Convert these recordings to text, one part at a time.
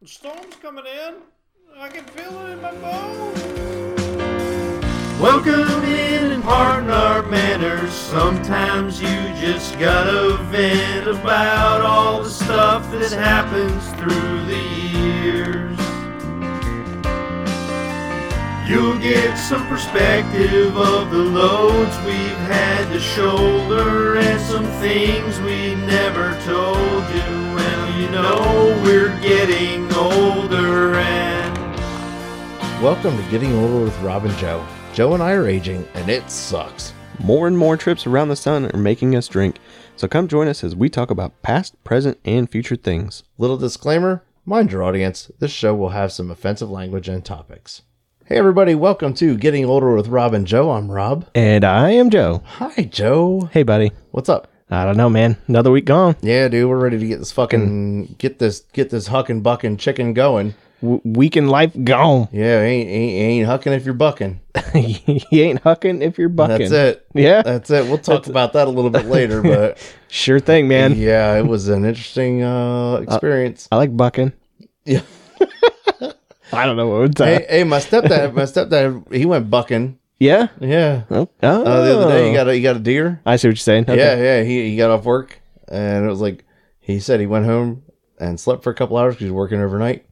The storm's coming in. I can feel it in my bones. Welcome in and pardon our manners. Sometimes you just gotta vent about all the stuff that happens through the years. You'll get some perspective of the loads we've had to shoulder and some things we never told you. Well, you know we're getting older and Welcome to Getting Older with Rob and Joe. Joe and I are aging, and it sucks. More and more trips around the sun are making us drink, so come join us as we talk about past, present, and future things. Little disclaimer mind your audience, this show will have some offensive language and topics. Hey, everybody, welcome to Getting Older with Rob and Joe. I'm Rob. And I am Joe. Hi, Joe. Hey, buddy. What's up? I don't know, man. Another week gone. Yeah, dude, we're ready to get this fucking get this get this huckin' bucking chicken going. W- week in life gone. Yeah, ain't ain't, ain't hucking if you're bucking. you ain't hucking if you're bucking. That's it. Yeah. that's it. We'll talk about that a little bit later, but Sure thing, man. yeah, it was an interesting uh, experience. I like bucking. Yeah. I don't know what would say. hey, hey, my stepdad, my stepdad, he went bucking. Yeah. Yeah. Oh. Uh, the other day, he Oh. got a, he got a deer. I see what you're saying. Okay. Yeah, yeah. He he got off work, and it was like he said he went home and slept for a couple hours because he was working overnight.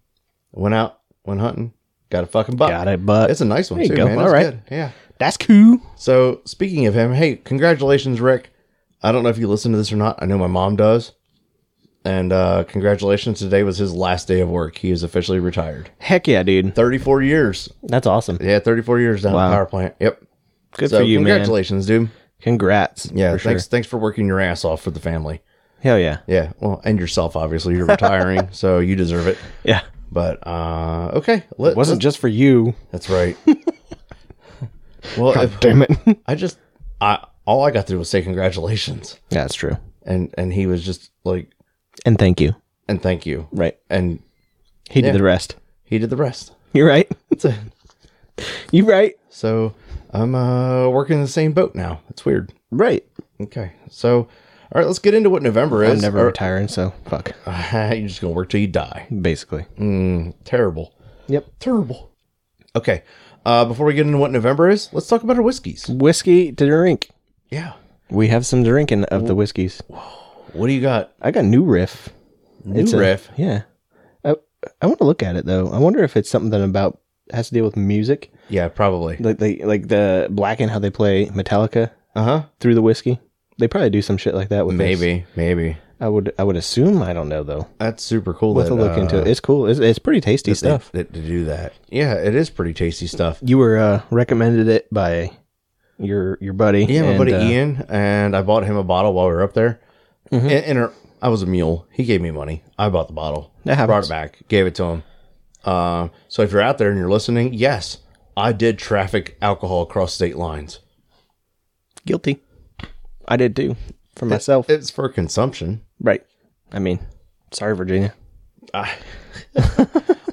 Went out, went hunting, got a fucking buck. Got it, but It's a nice one There you too, go. man. All All right. right. Good. Yeah. that's cool. So speaking of him, hey, congratulations, Rick. I don't know if you listen to this or not. I know my mom does. And uh, congratulations! Today was his last day of work. He is officially retired. Heck yeah, dude. Thirty-four years. That's awesome. Yeah, thirty-four years down at Wow. the power plant. Yep. Good so for you, man. congratulations, dude. Congrats. Yeah, for sure. thanks. Thanks for working your ass off for the family. Hell yeah. Yeah, well, and yourself, obviously. You're retiring, so you deserve it. Yeah. But uh okay, let, It wasn't just for you. let's- that's right. well, if, Damn it. yeah, I just I all I got to do was say congratulations, that's true. and and he was just like, And thank you. and thank you, Right. and He Yeah. did the rest. he did the rest. You're right. That's it. You're right. So I'm uh working in the same boat now. It's weird. Right. Okay, so all right, let's get into what November is. I'm never Or- retiring, so fuck. You're just gonna work till you die. Basically. Terrible. Yep. Terrible. Okay. Uh, before we get into what November is, let's talk about our whiskeys. Whiskey to drink. Yeah. We have some drinking of the whiskeys. What do you got? I got new riff. New It's a- riff. Oh. yeah. I, I want to look at it though. I wonder if it's something about has to deal with music, yeah, probably. like they like the black and how they play Metallica Uh huh. through the whiskey. They probably do some shit like that with this. Maybe. Maybe. I would I would assume. I don't know though. That's super cool. We'll have that, to look uh, into it. It's cool. It's, it's pretty tasty that they- stuff. that- to do that. Yeah, it is pretty tasty stuff. you were uh, recommended it by your your buddy. Yeah, my and, buddy uh, Mm-hmm. Ian and I bought him a bottle while we were up there. And, and our- I was a mule. He gave me money. I bought the bottle. That brought happens. it back. Gave it to him. Um, so if you're out there and you're listening, yes, I did traffic alcohol across state lines. Guilty. I did too for myself. It's for consumption. right. I mean, sorry, Virginia.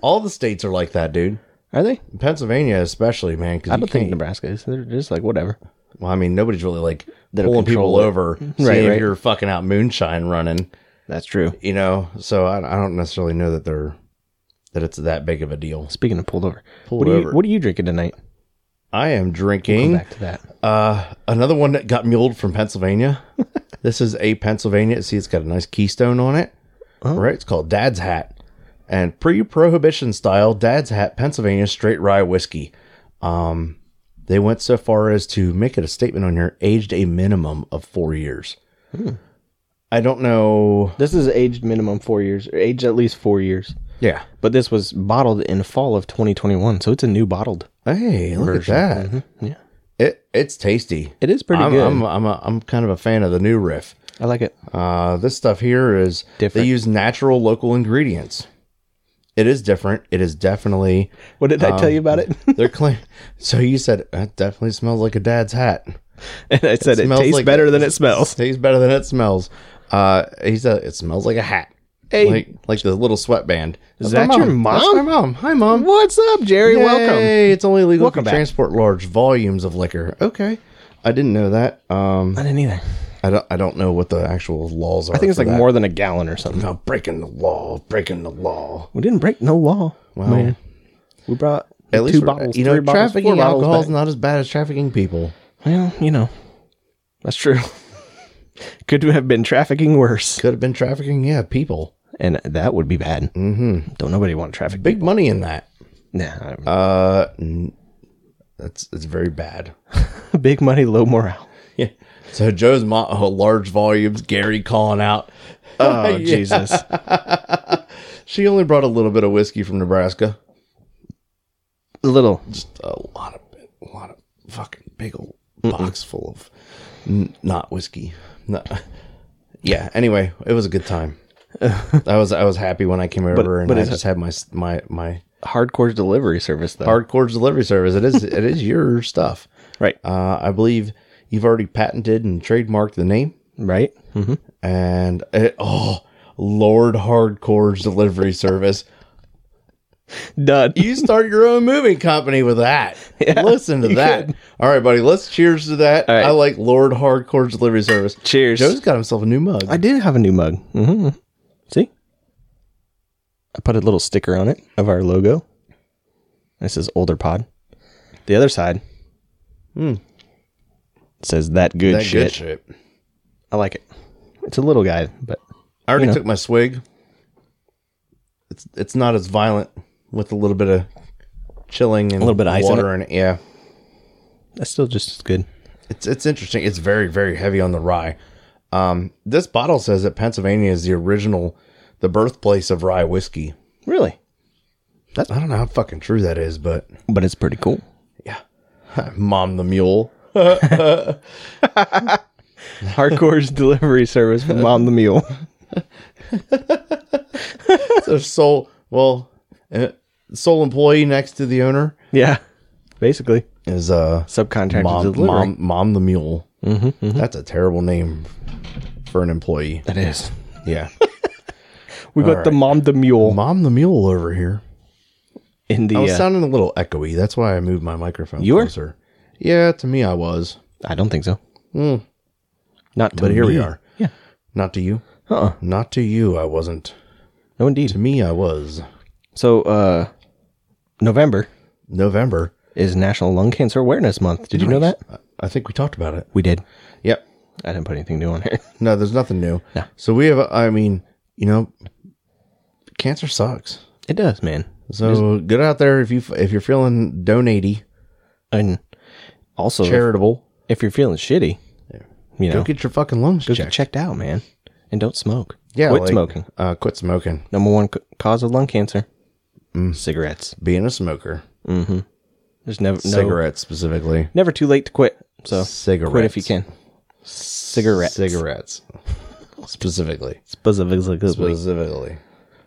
All the states are like that, dude. Are they? Pennsylvania, especially, man. Cause I you don't think can't- Nebraska is. They're just like whatever. Well, I mean, nobody's really like That'll pulling control people it. over, right, Right, seeing if right. you're fucking out moonshine running, That's true. you know. So I, I don't necessarily know that they're that it's that big of a deal. Speaking of pulled over, Pulled what are you over. Mm. what are you drinking tonight? I am Go drinking back to that. uh, another one that got muled from Pennsylvania. this is a Pennsylvania. See, it's got a nice keystone on it. Oh. Right, it's called Dad's Hat, and pre-prohibition style Dad's Hat Pennsylvania straight rye whiskey. Um, they went so far as to make it a statement on here, aged a minimum of four years. Hmm. I don't know. This is aged minimum four years, or aged at least four years. Yeah. But this was bottled in fall of 2021, so it's a new bottled. Hey, look version. at that. Yeah, It it's tasty. it is pretty I'm, good. I'm I'm a, I'm kind of a fan of the new riff. I like it. Uh, this stuff here is Different. They use natural local ingredients. It is different. It is definitely What did I tell um, you about it? they're claim. so you said that definitely smells like a dad's hat. and I said it, smells tastes like- better than it smells. Tastes better than it smells. Uh, he said it smells like a hat, Hey, like like the little sweatband. Is That's my that your That's my mom? mom. Hi, mom. What's up, Jerry? Welcome. Hey, it's only legal Welcome to back. transport large volumes of liquor. Okay, I didn't know that. Um, I didn't either. I don't, I don't know what the actual laws are. I think it's for like that. more than a gallon or something. No, breaking the law, breaking the law. We didn't break no law. Wow. Man. We brought At least two we're- bottles, you know, three bottles, trafficking four bottles alcohol is back. not as bad as trafficking people. Well, you know, that's true. Could have been trafficking worse, Could have been trafficking, yeah, people. and that would be bad. Mm-hmm. Don't nobody want to traffic. Big money in that. nah, Uh, n- that's it's very bad. big money, low morale. Yeah. So Joe's mo- oh, large volumes. Gary calling out. Oh Yeah. Jesus! She only brought a little bit of whiskey from Nebraska. Little Just a lot of bit, a lot of fucking big old box full of n- not whiskey. No. Yeah. Anyway, it was a good time. I was I was happy when I came over and but I is it- just had my s- my my hardcore delivery service, though. hardcore delivery service. It is it is your stuff. Right, Uh, I believe you've already patented and trademarked the name. right. Mm-hmm. and it, oh lord hardcore's delivery service Done. you start your own moving company with that listen to that all right buddy let's cheers to that right. i like lord hardcore's delivery service Cheers. joe's got himself a new mug I did have a new mug. Mm-hmm. See, I put a little sticker on it of our logo. It says "Older Pod." The other side says "That good Hmm. that shit." good shit I like it. It's a little guy, but i already You know. took my swig it's it's not as violent with a little bit of chilling and a little bit of ice in water in it. yeah that's still just as good. it's it's interesting it's very very heavy on the rye um this bottle says that pennsylvania is the original the birthplace of rye whiskey Really? That, I don't know how fucking true that is, but But it's pretty cool. mom the mule. Hardcore's delivery service from Mom the Mule. So sole, well, uh, sole employee next to the owner Yeah. Basically. is uh Subcontracted mom, delivery. mom, mom the mule. Mm-hmm, That's a terrible name for an employee. That is. Yeah, We got the right. Mom the Mule mom the mule over here. in the. I was uh, sounding a little echoey. That's why I moved my microphone You were? closer. Yeah, to me I was, I don't think so. Not to but here we me. are. Yeah. Not to you. Uh-uh. Not to you. I wasn't. No, indeed. To me, I was. So, uh, November November. is National Lung Cancer Awareness Month. Did you know that? I- I think we talked about it. We did. Yep. I didn't put anything new on here. No, there's nothing new. No. So we have, I mean, you know, cancer sucks. It does, man. So get out there if you if you're feeling donatey, And also, if, charitable, if you're feeling shitty, you know, go get your fucking lungs go get checked. checked out, man. And don't smoke. Yeah, Quit like, smoking. Uh, quit smoking. Number one c- cause of lung cancer. Mm. Cigarettes. Being a smoker, There's never no, cigarettes specifically. never too late to quit. So quit if you Cigarettes. can. Cigarettes. Cigarettes, specifically, Specifically. specifically,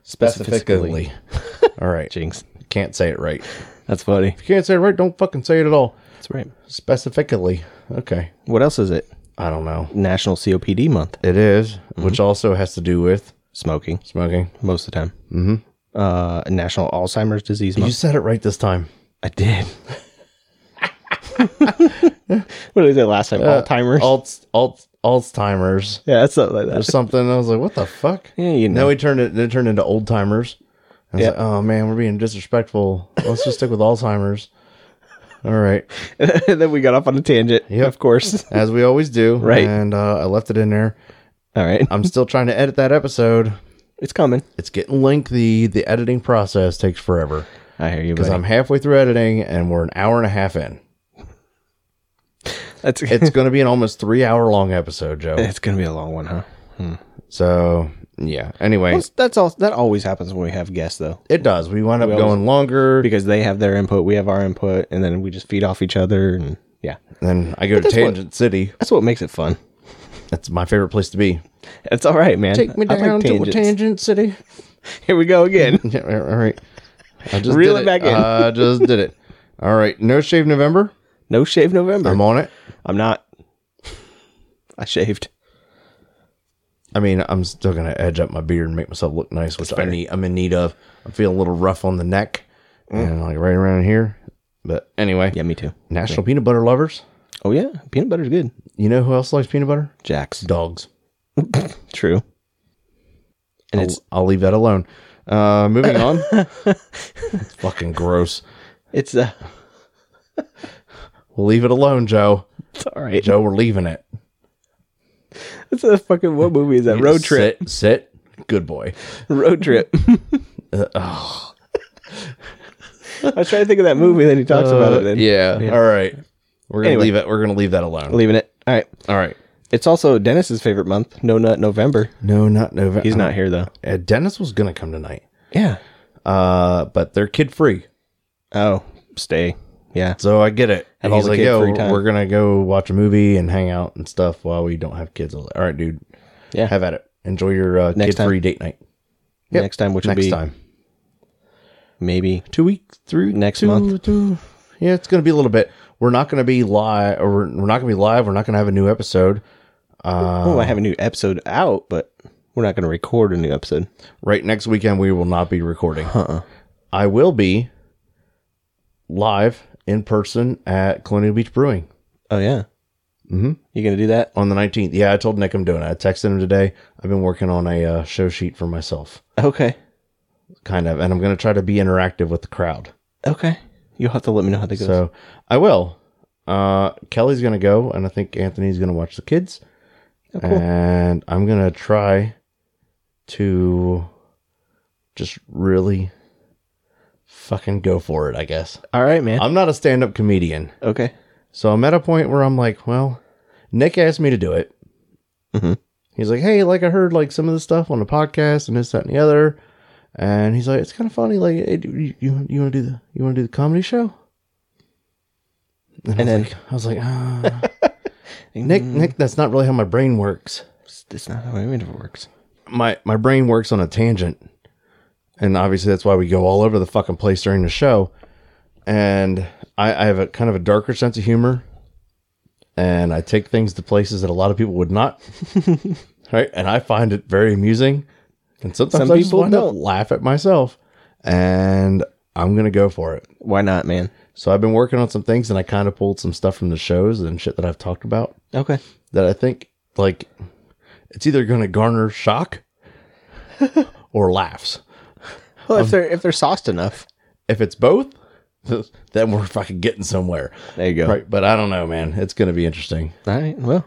Specifically. All right, Jinx. can't say it right. That's funny. If you can't say it right, don't fucking say it at all. That's right. Specifically, okay. What else is it? I don't know. National COPD month. It is, Mm-hmm. which also has to do with Smoking smoking. most of the time. Mm-hmm. Uh, National Alzheimer's disease month. You said it right this time. I did. what did I say last time? Alzheimer's. Alt, alt, Alzheimer's yeah, that's something like or that. something. I was like, what the fuck? Yeah, you Then know. we turned it. Then it turned into old timers. I was Yeah. like, oh man, we're being disrespectful. Let's just stick with Alzheimer's. All right, and then we got off on a tangent. Yep. Of course. as we always do. Right. And uh, I left it in there. All right. I'm still trying to edit that episode. It's coming. It's getting lengthy. The editing process takes forever I hear you, because buddy. I'm halfway through editing and we're an hour and a half in. That's It's going to be an almost three hour long episode, Joe. It's gonna be a long one, huh? So yeah. Anyway, That's, that's all. That always happens when we have guests, though, it does. We wind up always- going longer. because they have their input, we have our input, and then we just feed off each other. And yeah, Then I go to that's what- Tangent City. that's what makes it fun. That's my favorite place to be. It's all right, man. I like tangents. City. Here we go again. Yeah, all right. I just Reel did it back in. I just did it. All right. No shave November. No shave November. I'm I'm, on it. not. I shaved. I mean, I'm still gonna edge up my beard and make myself look nice, which I need. I'm in need of. I feel a little rough on the Mm. neck and like right around here. But anyway, Yeah, me too. National Peanut Butter Lovers. Oh yeah, peanut butter's good. You know who else likes peanut butter? Jack's Dogs. true. And I'll, it's I'll leave that alone. Uh, moving on. It's fucking gross. it's uh, We'll leave it alone, Joe. it's all right. Joe, we're leaving it. It's a fucking what movie is that? Road trip. Sit. sit. Good boy. Road trip. Uh, oh. I was trying to think of that movie, then he talks about it. Then. Uh, yeah. All right. We're gonna Anyway. leave it. We're gonna leave that alone. leaving it. All right. All right. It's also Dennis's favorite month, No Nut November. No, not November. He's not here though. Uh, Dennis was gonna come tonight, Yeah. uh, but they're kid free, Oh, stay. Yeah. so I get it. And Have all he's the like, kid-free "Yo, time." we're gonna go watch a movie and hang out and stuff while we don't have kids." I was like, all right, dude. Yeah. Have at it. Enjoy your uh, Next kid free date night. Yep. Next time, which Next will be time, maybe two weeks through Next two- month. two- yeah, it's gonna be a little bit. We're not gonna be live, or we're, we're not gonna be live. We're not gonna have a new episode. oh, I have a new episode out, but we're not going to record a new episode. Right next weekend, we will not be recording. I will be live in person at Colonial Beach Brewing Oh yeah. Mm-hmm. You going to do that? on the 19th. Yeah, I told Nick I'm doing it. I texted him today. I've been working on a uh, show sheet for myself, Okay. kind of, and I'm going to try to be interactive with the crowd. Okay. You'll have to let me know how that goes. So I will. Uh, Kelly's going to go, and I think Anthony's going to watch the kids. And I'm going to try to just really fucking go for it, I guess. All right, man. I'm not a stand up comedian. okay. So I'm at a point where I'm like, well, Nick asked me to do it. Mhm. He's like, hey, like I heard like some of this stuff on the podcast and this, that, and the other. And he's like, it's kind of funny. Like, hey, do you, you, you want to do the you want to do the comedy show? And, And then then- I was like, ah. Nick, Nick, that's not really how my brain works. That's not how it works. My my brain works on a tangent, and obviously that's why we go all over the fucking place during the show. And I, I have a kind of a darker sense of humor and I take things to places that a lot of people would not. right? And I find it very amusing. And sometimes Some I just people wind up don't. laugh at myself. And I'm gonna go for it. Why not, man? So I've been working on some things and I kind of pulled some stuff from the shows and shit that I've talked about Okay. that I think like it's either gonna garner shock or laughs. Well, if they're if they're sauced enough, If it's both, then we're fucking getting somewhere. there you go. Right. But I don't know, man. It's gonna be interesting. All right. Well,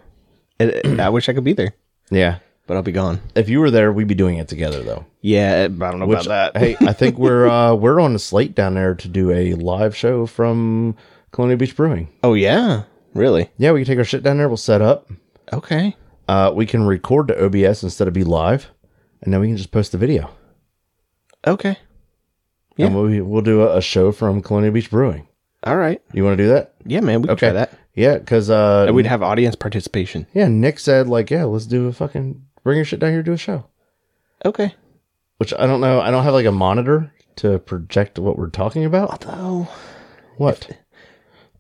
it, it- I wish I could be there, Yeah. but I'll be gone. If you were there, we'd be doing it together though. Yeah, I don't know Which, about that. hey, I think we're uh, we're on a slate down there to do a live show from Colonial Beach Brewing. Oh yeah, really? Yeah, we can take our shit down there. We'll set up. Okay. Uh, we can record to OBS instead of be live, and then we can just post the video. Okay. And we'll, we'll do a, a show from Colonial Beach Brewing. All right. You want to do that? Yeah, man. We could try that. Yeah, because uh, And we'd have audience participation. yeah, Nick said like, yeah, let's do a fucking bring your shit down here, do a show. Okay. Which I don't know. I don't have like a monitor to project what we're talking about. Though What?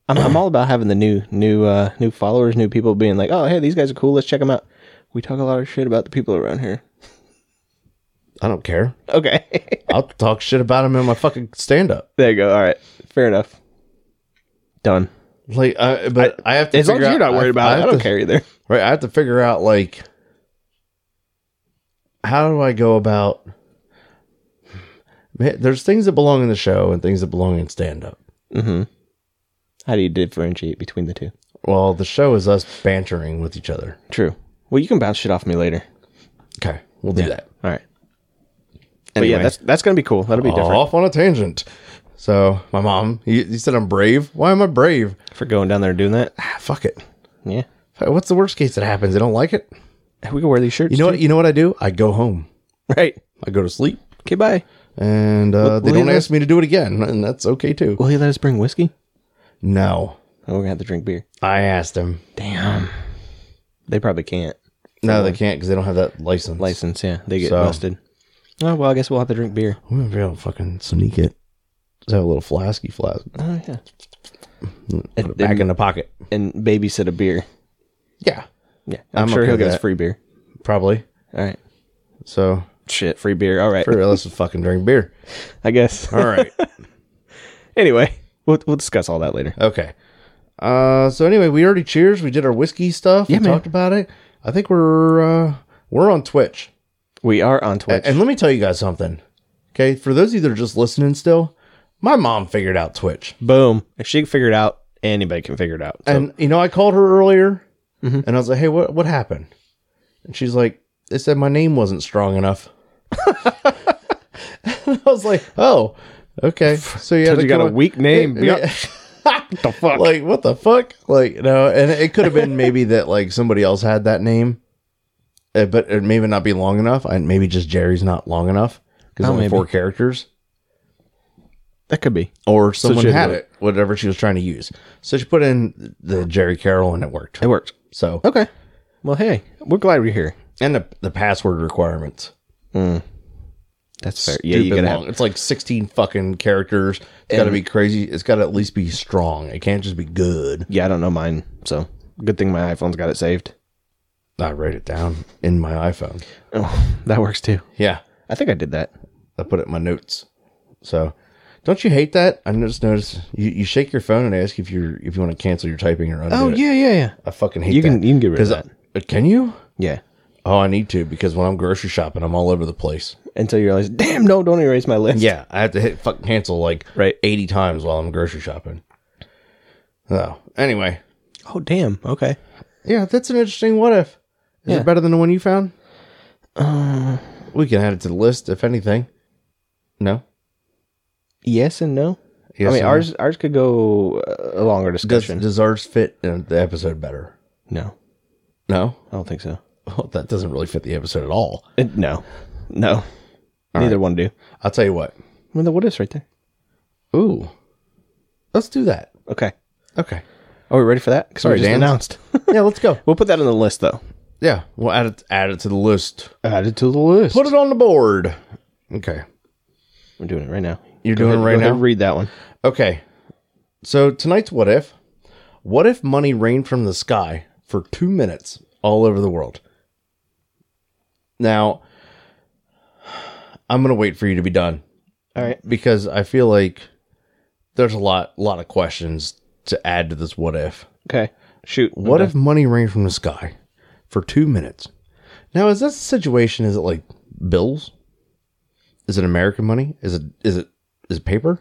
I'm, I'm all about having the new new uh new followers, new people being like, oh hey, these guys are cool. Let's check them out. We talk a lot of shit about the people around here. I don't care. Okay. I'll talk shit about him in my fucking stand up. there you go. All right. Fair enough. Done. Like, uh, but I, have to. As long as figure you're out- not worried I- about I it, I have don't to- care either. Right, I have to figure out like, how do I go about? Man, There's things that belong in the show and things that belong in stand up. How do you differentiate between the two? Well, the show is us bantering with each other. True. Well, you can bounce shit off me later. Okay, we'll do that. All right. But yeah, that's that's gonna be cool. That'll be different Off on a tangent. So my mom, you, you said I'm brave. Why am I brave? for going down there and doing that. Ah, fuck it. Yeah, What's the worst case that happens? They don't like it. we can wear these shirts. You know what? You know what I do? I go home. what? Right. I go to sleep. Okay. Bye. and uh, they will you don't let ask me to do it again, and that's okay too. Will you let us bring whiskey? No, Oh, we're gonna have to drink beer. I asked them. Damn. They probably can't No, they can't because they don't have that license. license. Yeah, they get So- busted. Oh well, I guess we'll have to drink beer. I'm gonna be able to fucking sneak it. Just have a little flasky flask. Oh yeah. Put it back in the pocket. And babysit a beer. Yeah, Yeah, I'm, I'm sure okay he'll with get us that. free beer. probably. All right. So Shit, free beer. All right. for real, let's just fucking drink beer. I guess. All right. anyway, we'll we'll discuss all that later. okay. Uh, so anyway, we already cheers. We did our whiskey stuff. Yeah, we man. talked about it. I think we're uh, we're on Twitch. We are on Twitch. And let me tell you guys something. Okay, for those of you that are just listening still, my mom figured out Twitch. Boom. If she can figure it out, anybody can figure it out. So, And you know, I called her earlier Mm-hmm. and I was like, Hey, what what happened? And she's like, They said my name wasn't strong enough. and I was like, Oh, okay. So you, had to you got come a up- weak name. Yeah. the fuck? like what the fuck like no and it could have been maybe that like somebody else had that name uh, but it maybe not be long enough and maybe just jerry's not long enough because Oh, only maybe. four characters that could be. or someone she had had to- it whatever she was trying to use so she put in the jerry carroll and it worked It worked. so Okay. Well, hey, we're glad we're here. and the, the password requirements That's fair. Yeah, yeah, you gotta long. have. it's like 16 fucking characters it's got to be crazy it's got to at least be strong it can't just be good Yeah, I don't know mine. So good thing my iPhone's got it saved. i wrote it down in my iphone Oh, that works too. yeah I think I did that. I put it in my notes. So, don't you hate that? I just noticed you, you shake your phone and ask if you're if you want to cancel your typing or undo it. yeah, yeah. I fucking hate Oh, You that. can you can get rid of 'Cause that. I- uh, can you? yeah. Oh, I need to because when I'm grocery shopping, I'm all over the place. Until you realize, damn, no, don't erase my list. Yeah, I have to hit fucking cancel like Right. eighty times while I'm grocery shopping. So anyway, Oh, damn. Okay. yeah, that's an interesting what if. Is Yeah. Uh. it better than the one you found? we can add it to the list if anything. No. Yes and no. Yes I mean, or no? ours ours could go uh, a longer does, discussion. does ours fit in the episode better? no, No. I don't think so. Well, that doesn't really fit the episode at all. Uh, no, no. Neither one do. I'll tell you what. I mean, the what ifs right there. Ooh, let's do that. Okay. Okay. Are we ready for that? 'Cause we Sorry, just Dan. announced. Yeah, let's go. we'll put that on the list though. Yeah, we'll add it add it to the list. Add it to the list. Put it on the board. Okay, We're doing it right now. you're Go doing ahead- it right go ahead now. and read that one. okay. So tonight's what if? What if money rained from the sky for two minutes all over the world? Now, I'm gonna wait for you to be done All right. because I feel like there's a lot lot of questions to add to this what if. Okay. Shoot. What if money rained from the sky for two minutes? Now, is this situation? Is it like bills? Is it American money? Is it is it is it paper?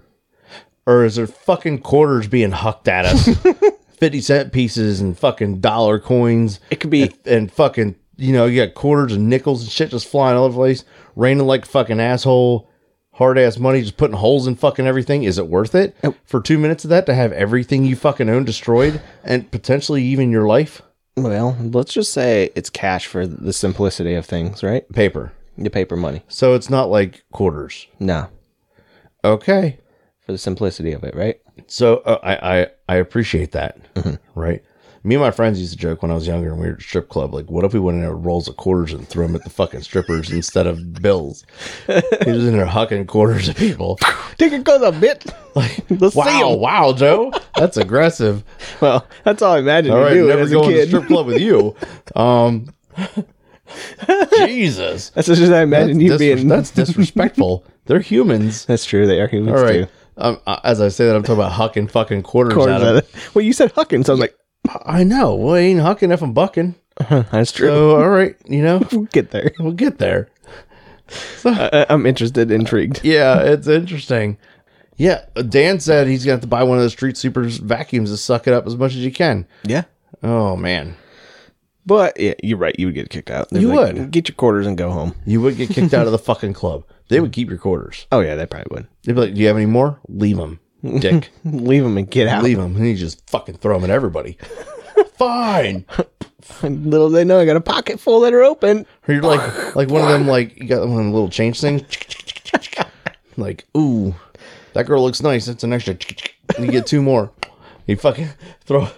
Or is there fucking quarters being hucked at us? Fifty cent pieces and fucking dollar coins it could be? and fucking you know you got quarters and nickels and shit just flying all over the place, raining like a fucking asshole. Hard ass money just putting holes in fucking everything. Is it worth it for two minutes of that to have everything you fucking own destroyed and potentially even your life? Well, let's just say it's cash for the simplicity of things, right? Paper. The paper money. So it's not like quarters. No, Okay. for the simplicity of it, right? So uh, I, I I appreciate that. Mm-hmm. Right. Me and my friends used to joke when I was younger and we were at a strip club, like, what if we went in there with rolls of quarters and threw them at the fucking strippers instead of bills? He was in there hucking quarters at people. Take it goes a bit. Like, Let's see wow, 'em. wow, Joe, that's aggressive. Well, that's all I imagined All you right, doing never as a going to kid. strip club with you. Um, Jesus, That's just I that's, imagined you dis- being. that's disrespectful. They're humans. That's true. They are humans All too. right. Um, uh, as I say that, I'm talking about hucking fucking quarters, Corn's out of out of- Well, you said Huckins. So I was like, I know. Well, I ain't hucking if I'm bucking. that's true. So, all right, you know, we'll get there. we'll get there. I, I'm interested, intrigued. Yeah, it's interesting. Yeah, Dan said he's going to have to buy one of those street supers vacuums to suck it up as much as you can. Yeah. Oh, man. But yeah, you're right. You would get kicked out. They'd You be like, would. get your quarters and go home. You would get kicked out of the fucking club. They would keep your quarters. Oh yeah, they probably They'd be like, "Do you have any more? Leave them, dick. would. Leave them and get out. Leave them." And you just fucking throw them at everybody. Fine. Little they know, I got a pocket full that are open. Or you're like, like one of them, like you got one of them little change thing. like, ooh, that girl looks nice. That's an extra. And you get two more. You fucking throw.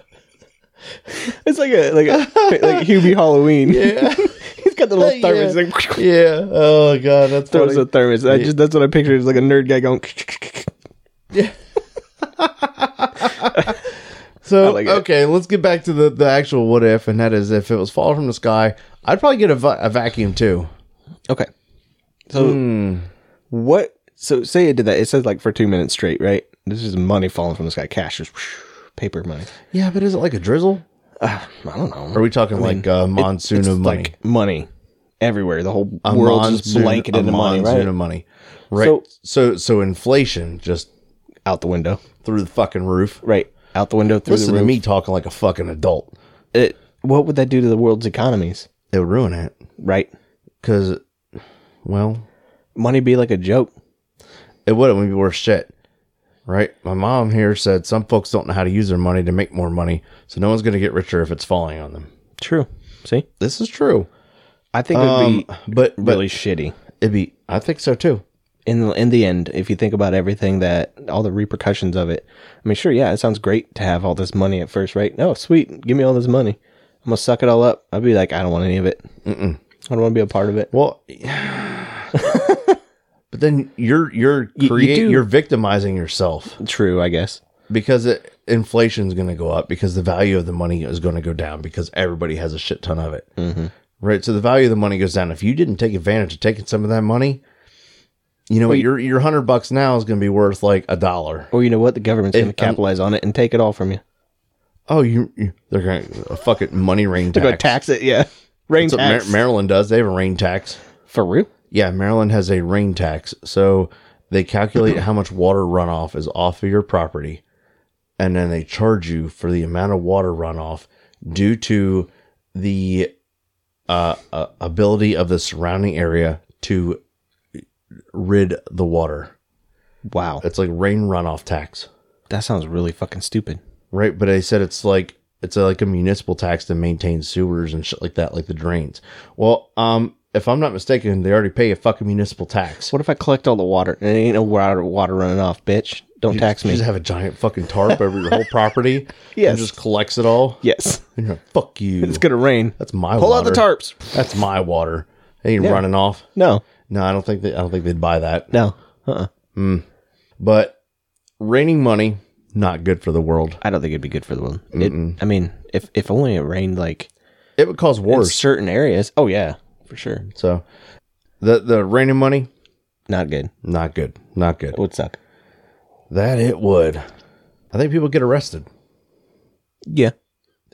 It's like a like a like Hubie Halloween. Yeah. He's got the little Yeah. thermos. He's like, Yeah. Oh god, that's throws funny. a thermos. I just that's what I pictured. It's like a nerd guy going. So like it. okay, let's get back to the the actual what if, and that is if it was fall from the sky, I'd probably get a, va- a vacuum too. Okay. So what? So say it did that. It says like for two minutes straight, right? This is money falling from the sky, cash just paper money. Yeah, but is it like a drizzle? I don't know. Are we talking like a monsoon it's of money? like money everywhere. The whole a world's just monsoon- blanketed a in money, monsoon right? of money. Right. So, So- so inflation just out the window, through the fucking roof. right? Out the window through Listen the to roof. me talking like a fucking adult. It, what would that do to the world's economies, It would ruin it right? because, well, Money be like a joke. it wouldn't would be worth shit. Right? My mom here said some folks don't know how to use their money to make more money, so no one's going to get richer if it's falling on them. True. See, This is true. I think it'd Um, be but but really shitty. it'd be. I think so too. in the, in the end, if you think about everything that all the repercussions of it, I mean, sure, yeah, it sounds great to have all this money at first, right? No, sweet, give me all this money. I'm gonna suck it all up. I'd be like, I don't want any of it. Mm-mm. I don't want to be a part of it. Well, but then you're you're you create do. you're victimizing yourself. True, I guess. because it, inflation's going to go up because the value of the money is going to go down because everybody has a shit ton of it right so the value of the money goes down if you didn't take advantage of taking some of that money you know what your your 100 bucks now is going to be worth like a dollar Or you know what? The government's gonna um, capitalize on it and take it all from you. oh you, you they're going to a fucking money rain They're gonna tax, tax it. Yeah, rain That's what tax Mar- maryland does they have a rain tax for real. yeah maryland has a rain tax so they calculate how much water runoff is off of your property and then they charge you for the amount of water runoff due to the uh, uh, ability of the surrounding area to rid the water. Wow, It's like rain runoff tax, that sounds really fucking stupid. right? But they said it's like it's like a municipal tax to maintain sewers and shit like that, like the drains. Well, um, if I'm not mistaken, they already pay a fucking municipal tax. What if I collect all the water and it ain't no water water running off, bitch? Don't tax You me. just have a giant fucking tarp over your whole property. and Yes. just collects it all. yes, and you're like, fuck you. it's gonna rain. That's my Pull out water. the tarps. That's my water. It ain't running off. No, No, I don't think they, I don't think they'd buy that. no, uh-uh. But raining money not good for the world. I don't think it'd be good for the world. It, I mean, if if only it rained like It would cause in wars. certain areas. Oh yeah, for sure. So the the raining money Not good. not good. Not good. It would suck. That it would. I think people get arrested Yeah,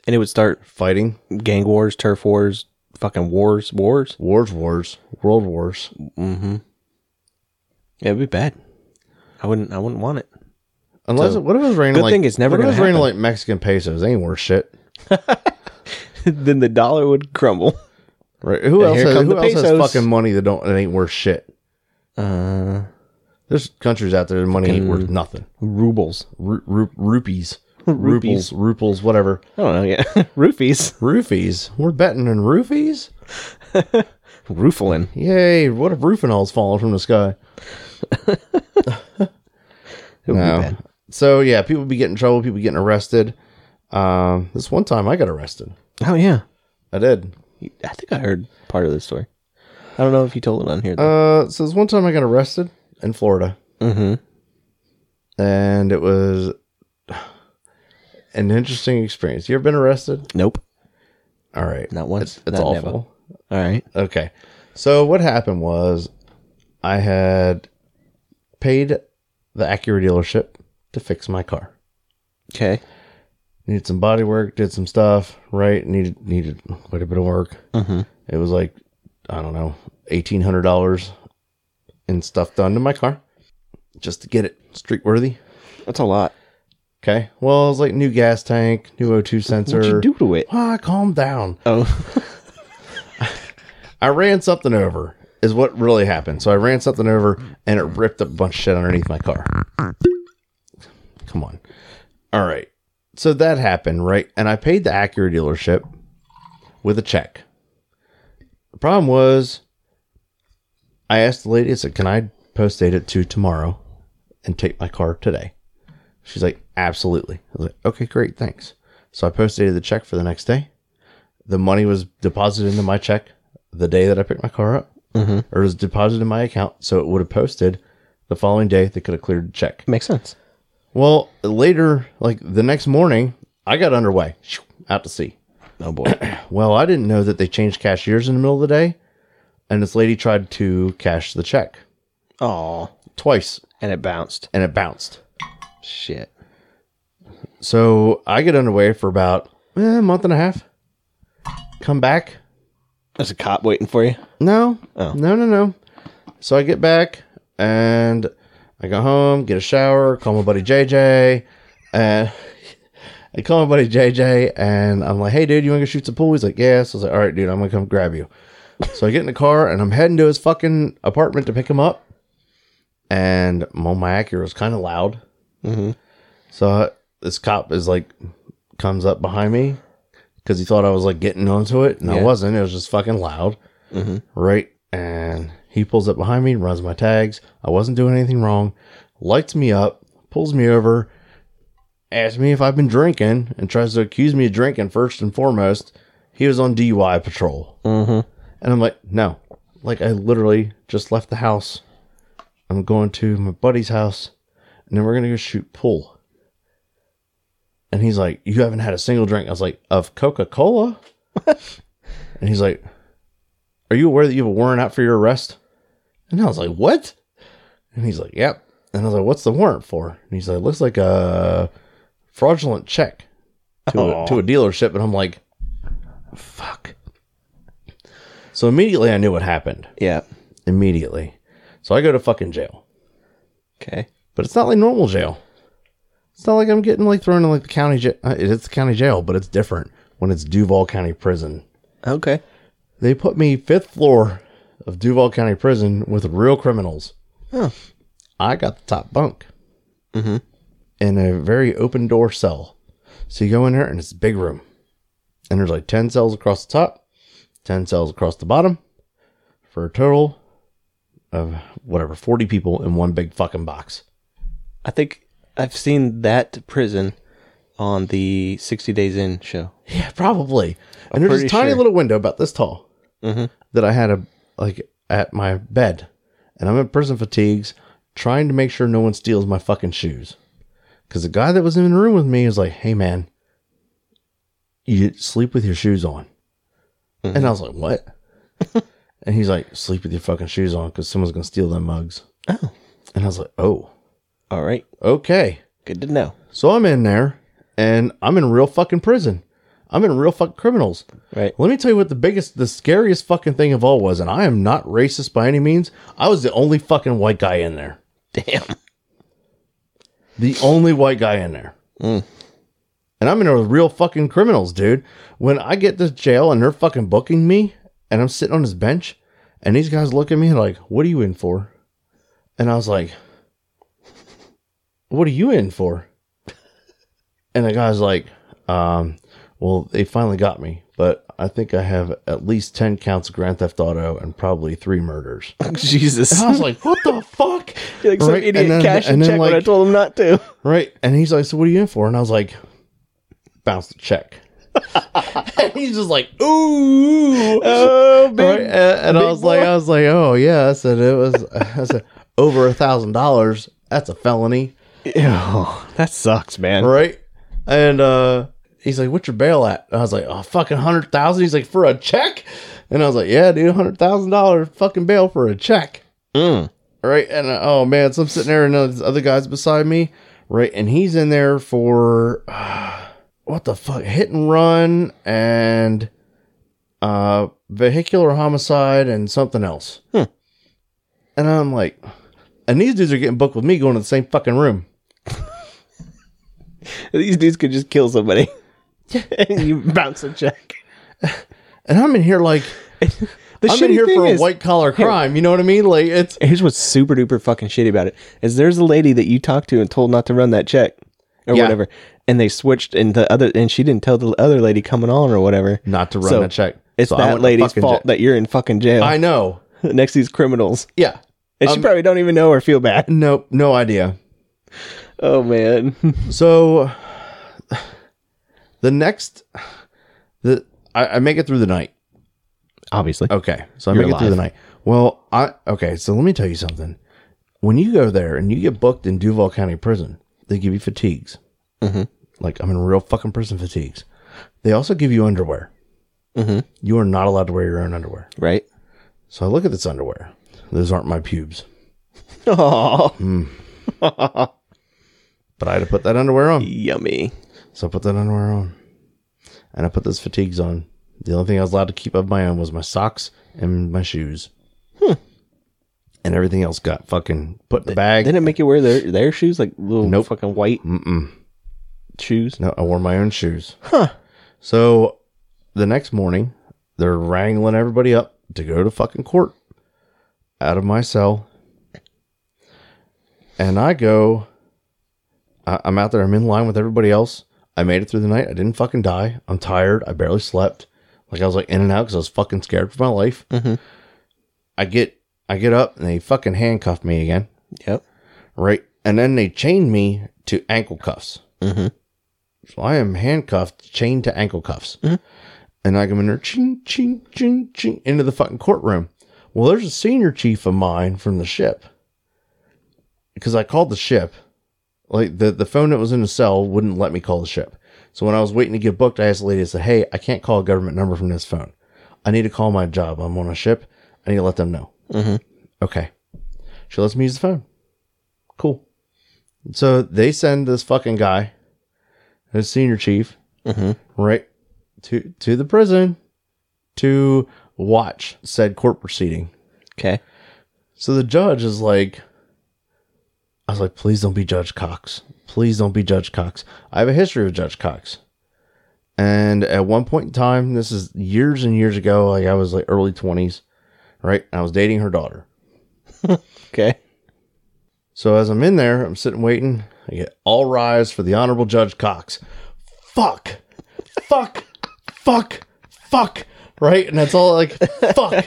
and it would start fighting gang wars, turf wars, fucking wars, wars. wars, wars, world wars. Mm-hmm. Yeah, it'd be bad. I wouldn't. I wouldn't want it. Unless So, what if it was raining good like thing it's never what if it gonna was raining happen. like Mexican pesos? Ain't worth shit. then the dollar would crumble. Right. Who else, here has, come who the else has pesos. fucking money that don't that ain't worth shit? Uh, There's countries out there that money ain't worth nothing. rubles. Ru- ru- rupees. Rupees. Ruples, ruples, whatever. I don't know. Yeah, roofies, Roofies. We're betting on roofies? roofling. Yay, what if roofinol's falling from the sky? It would No. be bad. So yeah, people be getting in trouble, people getting arrested. Um, this one time I got arrested. Oh yeah, I did. I think I heard part of this story. I don't know if you told it on here. Though. Uh, so this one time I got arrested in Florida. Mm-hmm. And it was an interesting experience. You ever been arrested? nope, All right. not once. It's not awful. never. All right. Okay. So what happened was I had paid the Acura dealership to fix my car. Okay. Needed some body work, did some stuff, right? Needed needed quite a bit of work. Mm-hmm. It was like I don't know, eighteen hundred dollars in stuff done to my car just to get it street worthy. That's a lot. Okay. Well, it was like new gas tank, new O2 sensor. What'd you do to it? Ah, calm down. Oh, I ran something over is what really happened. So I ran something over and it ripped up a bunch of shit underneath my car. Come on. All right. So that happened, right? And I paid the Acura dealership with a check. The problem was I asked the lady, I said, Can I post date it to tomorrow and take my car today? She's like, Absolutely. I was like, Okay, great, thanks. So I post dated the check for the next day the money was deposited into my check the day that I picked my car up, or it was deposited in my account, so it would have posted the following day. They could have cleared the check. makes sense. Well, later, like the next morning, I got underway shoo, out to sea. Oh boy. Well, I didn't know that they changed cashiers in the middle of the day, and this lady tried to cash the check Oh, twice, and it bounced. and it bounced. Shit. So I get underway for about eh, a month and a half. Come back. There's a cop waiting for you. No. Oh. No, no, no. So I get back and I go home, get a shower, call my buddy JJ, and I call my buddy JJ and I'm like, hey dude, you wanna go shoot some pool? He's like, Yeah. So I was like, all right, dude, I'm gonna come grab you. So I get in the car and I'm heading to his fucking apartment to pick him up. And well, my Acura was kind of loud. Mm-hmm. So uh, this cop is like, comes up behind me because he thought I was like getting onto it, and I Yeah. wasn't. It was just fucking loud, Mhm. right? And he pulls up behind me and runs my tags. I wasn't doing anything wrong. Lights me up, pulls me over, asks me if I've been drinking, and tries to accuse me of drinking first and foremost. He was on DUI patrol, Mm-hmm. and I'm like, no, like I literally just left the house. I'm going to my buddy's house, and then we're gonna go shoot pool. And he's like, You haven't had a single drink. I was like, Of Coca Cola? and he's like, Are you aware that you have a warrant out for your arrest? And I was like, What? And he's like, Yep. And I was like, What's the warrant for? And he's like, Looks like a fraudulent check to, a, Aw. to a dealership. And I'm like, Fuck. So immediately I knew what happened. Yeah. Immediately. So I go to fucking jail Okay. but it's not like normal jail. It's not like I'm getting like thrown in like the county jail. Uh, It's the county jail, but it's different when it's Duval County Prison. Okay. They put me fifth floor of Duval County Prison with real criminals. Oh. I got the top bunk in a very open door cell. So you go in there and it's a big room. And there's like 10 cells across the top, 10 cells across the bottom for a total of whatever, 40 people in one big fucking box. I think I've seen that prison on the 60 Days In show. Yeah, probably. And there's pretty this tiny sure. little window about this tall Mhm. that I had a like at my bed, and I'm in prison fatigues, trying to make sure no one steals my fucking shoes. Because the guy that was in the room with me is like, "Hey, man, you sleep with your shoes on," Mm-hmm. and I was like, "What?" and he's like, "Sleep with your fucking shoes on, because someone's gonna steal them mugs." Oh. And I was like, "Oh, All right. okay." Good to know. So I'm in there, and I'm in real fucking prison. I'm in real fucking criminals. Right. Let me tell you what the biggest, the scariest fucking thing of all was, and I am not racist by any means. I was the only fucking white guy in there. Damn. The only white guy in there. Mm. And I'm in there with real fucking criminals, dude. When I get to jail and they're fucking booking me, and I'm sitting on this bench, and these guys look at me like, what are you in for? And I was like, what are you in for? And the guy's like, um, well, they finally got me, but I think I have at least 10 counts of Grand Theft Auto and probably three murders. Jesus. And I was like, what the fuck? You're like some Oh, Right, idiot and then- cash and and then, check when I like- told him not to. Right. And he's like, So what are you in for? And I was like, Bounce the check. and he's just like, Ooh. Oh, Right? And, and I was like, I was like, Oh, yeah. I said, It was, I said, over a thousand dollars. That's a felony. Ew, Oh, that sucks, man. Right. And, uh, He's like, "What's your bail at?" And I was like, "Oh, fucking hundred thousand. He's like, "For a check?" And I was like, "Yeah, dude, hundred thousand dollars fucking bail for a check." Mm. right? And uh, oh man, so I'm sitting there, and uh, this other guy's beside me, right? And he's in there for uh, what the fuck, hit and run, and uh, vehicular homicide, and something else. Hmm. And I'm like, and these dudes are getting booked with me going to the same fucking room. These dudes could just kill somebody. and you bounce a check. And I'm in here like The I'm in shitty here thing for a is- white collar crime. You know what I mean? Like it's Here's what's super duper fucking shitty about it is there's a lady that you talked to and told not to run that check or Yeah. whatever, and they switched and the other and she didn't tell the other lady coming on or whatever. not to run So, that check. It's So I went that to lady's fucking fault jail. that you're in fucking jail I Um, know. next to these criminals, Yeah. and she probably don't even know or feel bad. Nope. No idea. Oh man, So the next the I, I make it through the night. obviously. Okay. So I You're make it through the alive. night. Well, I okay, so let me tell you something. When you go there and you get booked in Duval County Prison, they give you fatigues. Mm-hmm. Like I'm in real fucking prison fatigues. They also give you underwear. Mm-hmm. You are not allowed to wear your own underwear. Right? So I look at this underwear. Those aren't my pubes, Oh, Mm. but I had to put that underwear on. yummy. So I put that underwear on, and I put those fatigues on. The only thing I was allowed to keep of my own was my socks and my shoes. Hmm. And everything else got fucking put in the bag. Didn't it make you wear their their shoes like little Nope. fucking white shoes? No, I wore my own shoes. Huh. So the next morning, they're wrangling everybody up to go to fucking court out of my cell. And I go, I, I'm out there, I'm in line with everybody else. I made it through the night. I didn't fucking die. I'm tired. I barely slept. Like I was like in and out because I was fucking scared for my life. I get I get up and they fucking handcuff me again Yep. right? And then they chained me to ankle cuffs. Mm-hmm. So I am handcuffed, chained to ankle cuffs, and I come in there, ching, ching, ching, ching, into the fucking courtroom. Well, there's a senior chief of mine from the ship because I called the ship. Like the the phone that was in the cell wouldn't let me call the ship. So when I was waiting to get booked, I asked the lady, I said, "Hey, I can't call a government number from this phone. I need to call my job. I'm on a ship. I need to let them know." Mm-hmm. Okay. She lets me use the phone cool. So they send this fucking guy, the senior chief, right to to the prison to watch said court proceeding. Okay. So the judge is like, I was like, please don't be Judge Cox. Please don't be Judge Cox. I have a history with Judge Cox. And at one point in time, this is years and years ago, like I was like early 20s, right? I was dating her daughter. Okay. So as I'm in there, I'm sitting waiting. I get all rise for the Honorable Judge Cox. Fuck, fuck, fuck, fuck. Right, and that's all like fuck.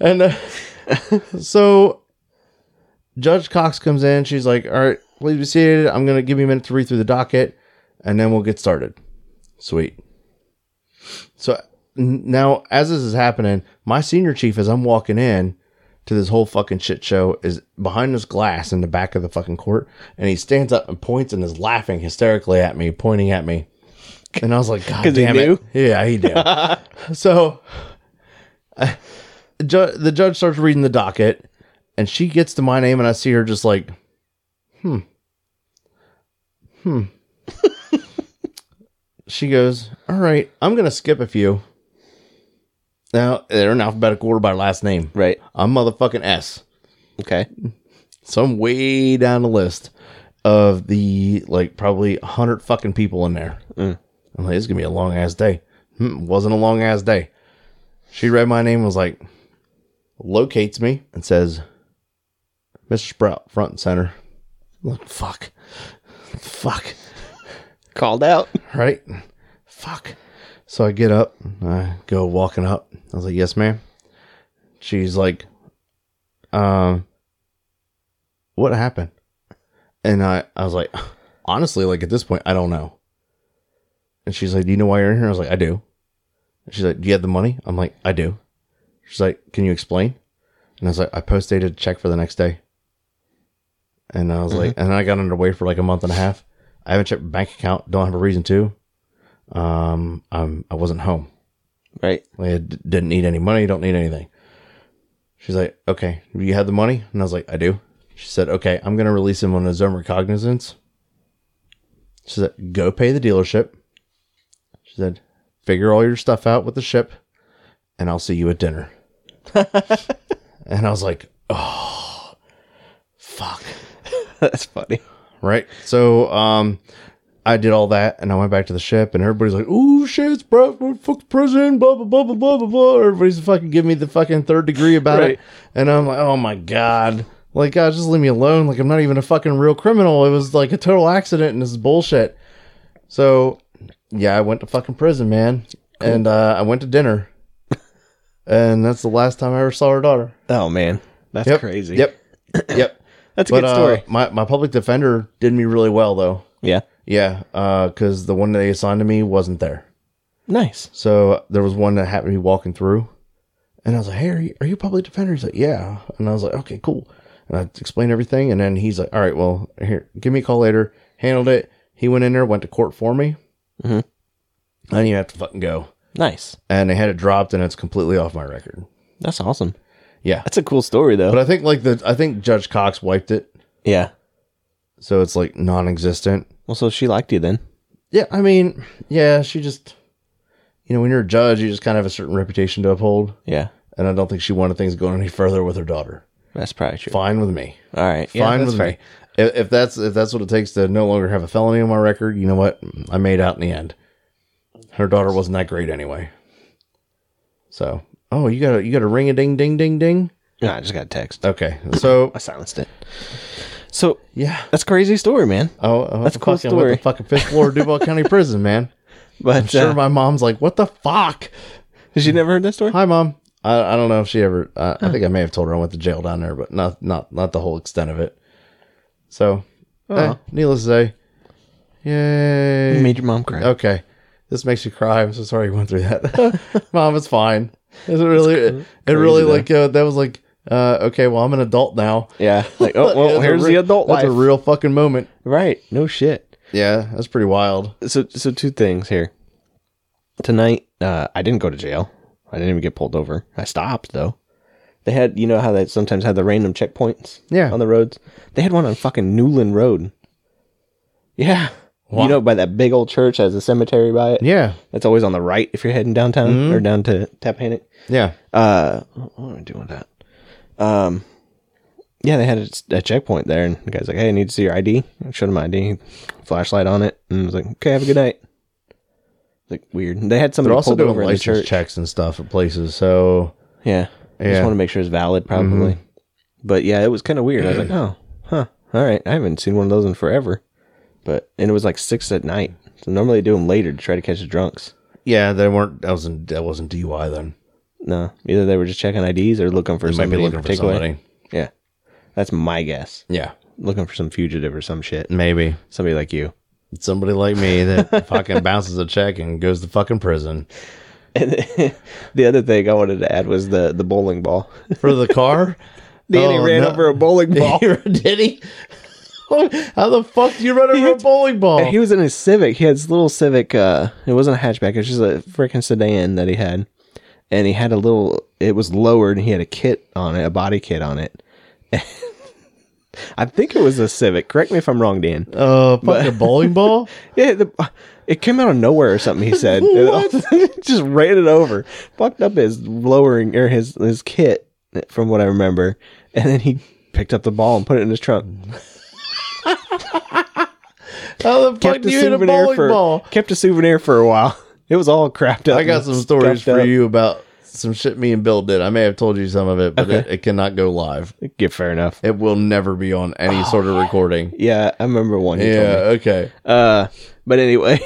And uh, so Judge Cox comes in. She's like, "All right, please be seated. I'm gonna give you a minute to read through the docket, and then we'll get started." Sweet. So n- now, as this is happening, my senior chief, as I'm walking in, to this whole fucking shit show is behind this glass in the back of the fucking court and he stands up and points and is laughing hysterically at me pointing at me and i was like god 'Cause he damn knew? it yeah he did so I- ju- the judge starts reading the docket and she gets to my name and i see her just like hmm hmm she goes all right i'm gonna skip a few now they're in alphabetical order by last name Right. I'm motherfucking S. Okay. So I'm way down the list of the like probably 100 fucking people in there. I'm like, it's gonna be a long ass day. Hmm, wasn't a long ass day. She read my name, and was like, locates me, and says, Mr. Sprout, front and center. I'm like, fuck. Fuck Called out. right? Fuck. So I get up, I go walking up. I was like, "Yes, ma'am." She's like, "Um, what happened?" And I, I was like, honestly, like at this point, I don't know. And she's like, "Do you know why you're in here?" I was like, "I do." And she's like, "Do you have the money?" I'm like, "I do." She's like, "Can you explain?" And I was like, "I post dated a check for the next day." And I was like, and I got underway for like a month and a half. I haven't checked my bank account. Don't have a reason to. Um, I'm I wasn't home. Right. Like, I d- didn't need any money. Don't need anything. She's like, okay, do you have the money? And I was like, I do. She said, okay, I'm gonna release him on his own recognizance. She said, go pay the dealership. She said, figure all your stuff out with the ship, and I'll see you at dinner. and I was like, oh, fuck That's funny. right? So um, I did all that, and I went back to the ship, and everybody's like, "Ooh, shit, it's bro, fuck prison, blah blah blah blah blah blah blah." Everybody's fucking giving me the fucking third degree about Right. it, and I'm like, "Oh my god." Like, God, just leave me alone. Like, I'm not even a fucking real criminal. It was like a total accident, and this is bullshit. So, yeah, I went to fucking prison, man. And uh, I went to dinner. and that's the last time I ever saw her daughter. Oh man. That's Yep. crazy. Yep. yep. That's a But good uh, story. my, my public defender did me really well, though. yeah. Yeah, because the one that they assigned to me wasn't there. Nice. So there was one that happened to be walking through, and I was like, "Hey, are you, are you a public defender?" He's like, "Yeah," and I was like, "Okay, cool." And I explained everything, and then he's like, "All right, well, here, give me a call later." Handled it. He went in there, went to court for me. Mm-hmm. I didn't even have to fucking go, Nice. and they had it dropped, and it's completely off my record. That's awesome. Yeah, That's a cool story though. but uh, I think like the I think Judge Cox wiped it, yeah. so it's like non-existent. Well, so she liked you then. Yeah, I mean, yeah, she just, you know, when you're a judge, you just kind of have a certain reputation to uphold. Yeah, And I don't think she wanted things going any further with her daughter. that's probably true. Fine with me. All right, yeah, Fine that's with fair. me. If, if that's if that's what it takes to no longer have a felony on my record, you know what? I made out in the end. Her daughter wasn't that great anyway. So, oh, you got a you got a ring a ding ding ding ding. No, I just got a text. Okay, so I silenced it. So yeah. that's a crazy story, man. Oh, oh That's a cool fucking, story. What the fucking fifth floor of Duval County Prison, man. But I'm sure uh, my mom's like, "What the fuck?" has you never heard that story? Hi, mom. I, I don't know if she ever. I I think I may have told her I went to jail down there, but not not not the whole extent of it. So, Oh. eh, needless to say, yay. You made your mom cry. Okay, this makes you cry. I'm so sorry you went through that, mom. It's fine. Is it really? It, really though. like uh, that was like. Uh, okay, well, I'm an adult now. Yeah, like oh well, That's a here's real- the adult That's life. a real fucking moment. right, no shit. Yeah, that's pretty wild. so so two things here. Tonight, uh, I didn't go to jail. I didn't even get pulled over. I stopped though. They had you know how they sometimes had the random checkpoints Yeah. on the roads? They had one on fucking Newland Road. Yeah. Wow. You know by that big old church that has a cemetery by it. Yeah, Mm-hmm. That's always on the right if you're heading downtown or down to Tappahannock. yeah. Uh what am I doing that? Um yeah, they had a, a checkpoint there, and the guy's like, "Hey, I need to see your ID." I showed him my ID, flashlight on it, and I was like, "Okay, have a good night." Like weird. They had somebody They're also pulled doing over in the license church. checks and stuff at places. So Yeah, I just Yeah. Mm-hmm. want to make sure it's valid, probably. But yeah, it was kind of weird. I was like, "Oh, huh? All right, I haven't seen one of those in forever." But and it was like six at night. So normally they do them later to try to catch the drunks. yeah, they weren't. That wasn't that wasn't DUI then. No, either they were just checking IDs or looking for Might be somebody looking in for particular. somebody. Yeah, that's my guess. Yeah, looking for some fugitive or some shit. maybe Somebody like you. It's somebody like me that fucking bounces a check and goes to fucking prison And the other thing I wanted to add was the the bowling ball. for the car. Danny Oh, ran no. over a bowling ball. Did he? How the fuck do you run over a bowling ball? he was in his Civic. He had his little Civic. Uh, it wasn't a hatchback. It was just a freaking sedan that he had, and he had a little. It was lowered, and he had a kit on it, a body kit on it. I think it was a Civic. Correct me if I'm wrong, Dan. Uh, fucking bowling ball. Yeah, the, it came out of nowhere or something. He said, just ran it over, fucked up his lowering or his his kit from what I remember, and then he picked up the ball and put it in his trunk. How the fuck do you hit a bowling for ball? kept a souvenir for a while. It was all crapped up. I got and some stories stuffed for up. you about some shit me and Bill did. I may have told you some of it, but it, it cannot go live. Yeah, fair enough. It will never be on any sort of recording. Yeah, I remember one. He told me. Yeah. Okay. Uh, but anyway,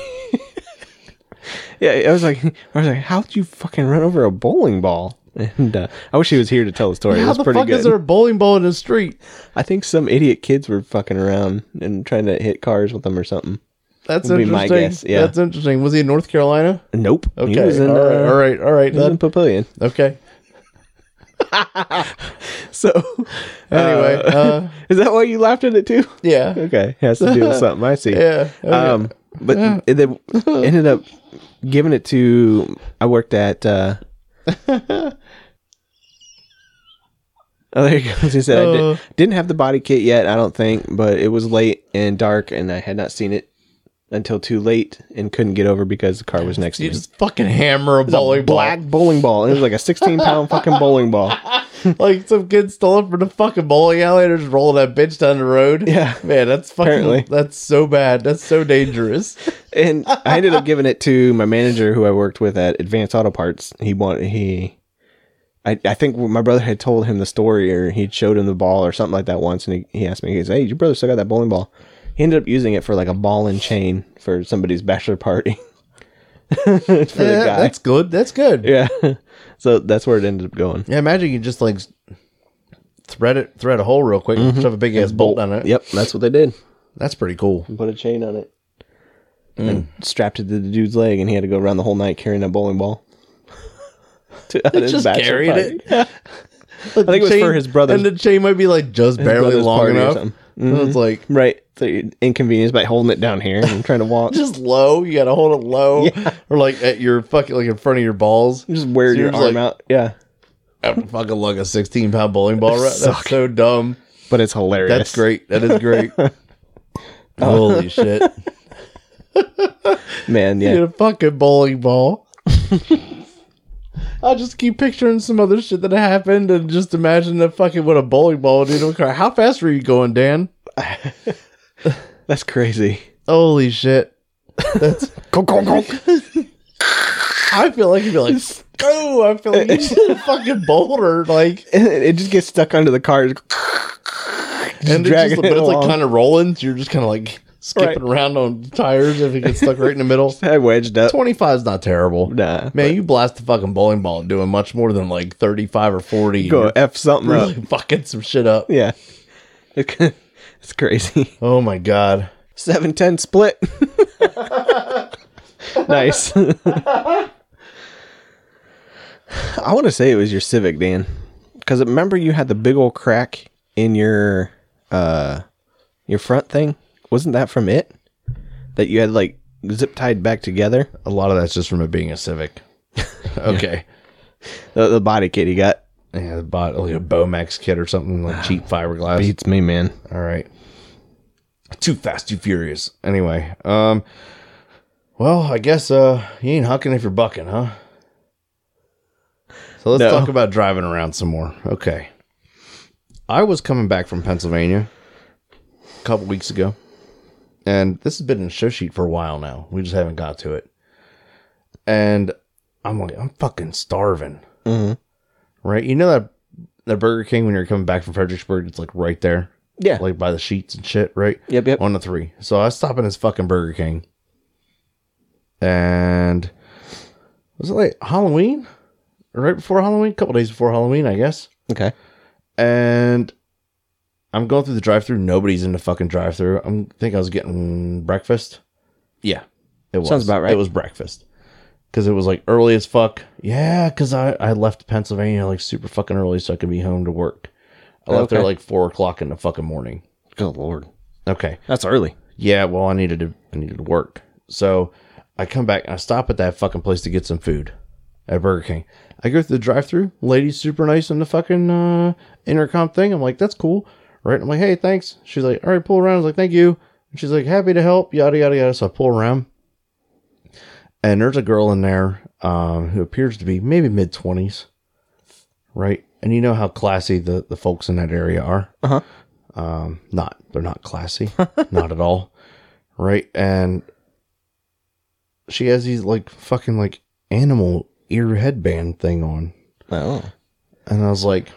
yeah, I was like, I was like, how'd you fucking run over a bowling ball? And uh, I wish he was here to tell the story. it How was the pretty fuck good. is there a bowling ball in the street? I think some idiot kids were fucking around and trying to hit cars with them or something. That's Would be interesting. my guess, yeah. That's interesting. Was he in North Carolina? Nope. Okay. He was in, all right. uh, All right. All right. he was in That, Papillion. okay. So, Anyway. uh, Uh, is that why you laughed at it too? yeah. Okay, has to do with something. I see. Oh, Yeah. okay. Um, but they ended up giving it to. I worked at. Uh, oh, there you go. She said I Uh. did, didn't have the body kit yet. I don't think, but it was late and dark, and I had not seen it until too late, and couldn't get over because the car was next to you me. just fucking hammer a bowling Black ball. bowling ball. and It was like a sixteen pound fucking bowling ball. like some kid stole it from the fucking bowling alley and just rolled that bitch down the road. Yeah. Man, that's fucking. Apparently. That's so bad. That's so dangerous. and I ended up giving it to my manager who I worked with at Advanced Auto Parts. He wanted he I, I think my brother had told him the story or he'd showed him the ball or something like that once and he, he asked me, he goes, Hey, your brother still got that bowling ball. He ended up using it for like a ball and chain for somebody's bachelor party. for the Yeah, guy. that's good. That's good. Yeah. yeah. So that's where it ended up going. Imagine you just like thread it, thread a hole real quick, and shove a big ass bolt on it. Mm-hmm. Yep, that's what they did. That's pretty cool. Put a chain on it. Mm. And strapped it to the dude's leg and he had to go around the whole night carrying a bowling ball. To- at his Just bachelor carried party. it. I think it was for his brother's- And the chain might be like just barely brother's long party or enough. something. Mm-hmm. So it's like Right. So you're inconvenienced by holding it down here and trying to walk. just, just low. You gotta hold it low, or like at your fucking like in front of your balls. just wearing So you're your just arm like- out. Yeah. I'd fucking lug a sixteen pound bowling ball. Right? Suck. That's so dumb. But it's hilarious. That's great. That is great. Holy shit. Man, Get yeah. a fucking bowling ball. I just keep picturing some other shit that happened and just imagine the fucking what a bowling ball would do to a car. How fast were you going, Dan? That's crazy. Holy shit. That's I feel like you'd be like, oh, I feel like you just hit a fucking boulder. Like, it just gets stuck under the car. and it's dragging just, but it it's like along. kind of rolling. So you're just kind of like skipping around on tires if it gets stuck right in the middle. I wedged up. 25 is not terrible. Nah. Man, you blast the fucking bowling ball doing much more than like 35 or 40. Go You're F something really up. fucking some shit up. Yeah. It's crazy. Oh my God. 710 split. nice. I want to say it was your Civic, Dan. Because remember you had the big old crack in your uh your front thing? Wasn't that from it? That you had like zip tied back together? A lot of that's just from it being a Civic. okay. The, the body kit you got. Yeah, I bought like a Bomax kit or something, like cheap fiberglass. Beats me, man. All right. Too fast, too furious. Anyway, um, well, I guess uh, you ain't hucking if you're bucking, huh? So let's No. talk about driving around some more. Okay. I was coming back from Pennsylvania a couple weeks ago, and this has been in the show sheet for a while now. We just haven't got to it. And I'm like, I'm fucking starving. Mhm. Right? You know that that Burger King when you're coming back from Fredericksburg, it's like right there Yeah. like by the sheets and shit, right? yep, yep. On the three. So I stopped in this fucking Burger King. And was it like Halloween? Right before Halloween? A couple days before Halloween, I guess. Okay. And I'm going through the drive through. Nobody's in the fucking drive through. I think I was getting breakfast. Yeah. It was. Sounds about right. It was breakfast. Because it was like early as fuck. Yeah, because I, I left Pennsylvania like super fucking early so I could be home to work. I left there Okay. like four o'clock in the fucking morning. Good lord. Okay. That's early. Yeah, well, I needed to I needed to work. So I come back and I stop at that fucking place to get some food at Burger King. I go through the drive through. Lady's super nice on the fucking uh, intercom thing. I'm like, that's cool. Right? I'm like, hey, thanks. She's like, all right, pull around. I was like, thank you. And she's like, happy to help, yada, yada, yada. So I pull around. And there's a girl in there um, who appears to be maybe mid 20s. Right? And you know how classy the, the folks in that area are. Uh-huh. Um, not, they're not classy. not at all right? And she has these like fucking like animal ear headband thing on, Oh. and I was like,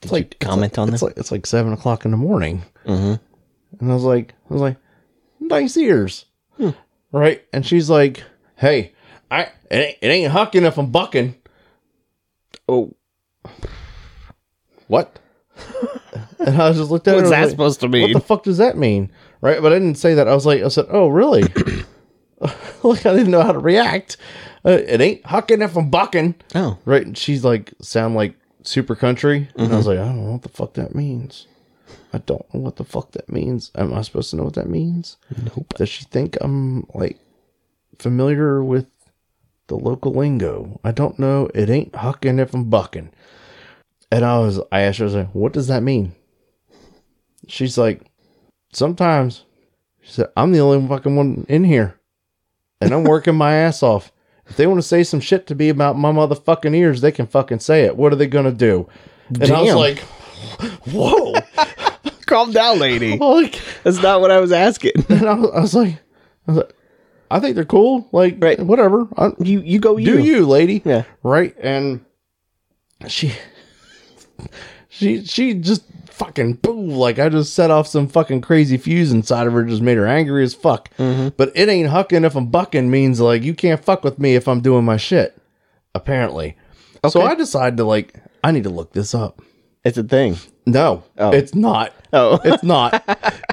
Did like- you comment on it's this? like it's like seven o'clock in the morning, Mhm. and I was like, I was like, nice ears, Hmm. right? And she's like, hey, I it ain't, it ain't hucking if I'm bucking. oh. What? and I just looked at her. and I was like, supposed to What the fuck does that mean? Right? But I didn't say that. I was like, I said, oh, really? like, I didn't know how to react. Uh, it ain't hucking if I'm bucking. oh. Right? And she's like, sound like super country. And I was like, I don't know what the fuck that means. I don't know what the fuck that means. Am I supposed to know what that means? Nope. Does she think I'm like familiar with the local lingo? I don't know. It ain't hucking if I'm bucking. And I was, I asked her, I was like, what does that mean? She's like, sometimes, she said, I'm the only fucking one in here and I'm working my ass off. If they want to say some shit to me about my motherfucking ears, they can fucking say it. What are they gonna do? And I was Damn. like, whoa. Calm down, lady. like, That's not what I was asking. and I was, I was like, I was like, I think they're cool. Like, Right. whatever. I, You you go do you, lady? Yeah. Right. And she, she, she just fucking boom. Like I just set off some fucking crazy fuse inside of her. Just made her angry as fuck. Mm-hmm. But it ain't hucking if I'm bucking means like you can't fuck with me if I'm doing my shit. Apparently. So Okay. I decided to like I need to look this up. It's a thing. No, Oh. it's not. Oh. It's not.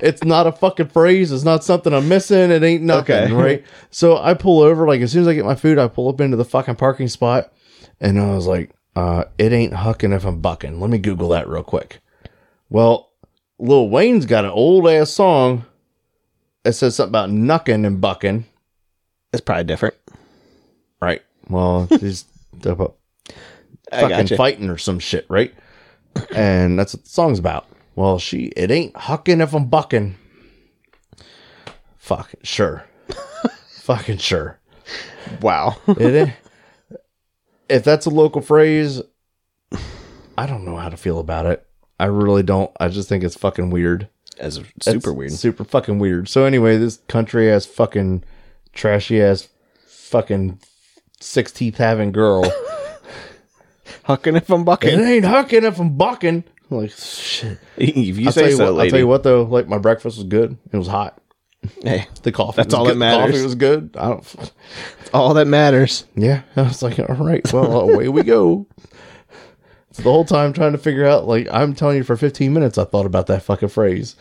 it's not a fucking phrase. It's not something I'm missing. It ain't nothing, Okay. right? So I pull over. Like as soon as I get my food, I pull up into the fucking parking spot, and I was like, uh, "It ain't hucking if I'm bucking." Let me Google that real quick. Well, Lil Wayne's got an old ass song that says something about knucking and bucking, It's probably different. right? Well, he's talking about I fucking gotcha. fighting or some shit, right? And that's what the song's about. Well, she, it ain't hucking if I'm bucking. Fuck, sure. Fucking sure. Wow. It ain't. If that's a local phrase, I don't know how to feel about it. I really don't. I just think it's fucking weird. That's super That's weird. Super fucking weird. So anyway, this country ass fucking trashy ass fucking six teeth having girl. Hucking if I'm it bucking. ain't hucking if I'm bucking. I'm Like shit. if you I'll say tell you so, what. lady. I'll tell you what though. Like my breakfast was good. It was hot. Hey, The coffee. That's was all good. that The matters. coffee was good. I don't. it's all that matters. Yeah, I was like, all right, well, away we go. So the whole time trying to figure out, like, I'm telling you, for 15 minutes, I thought about that fucking phrase,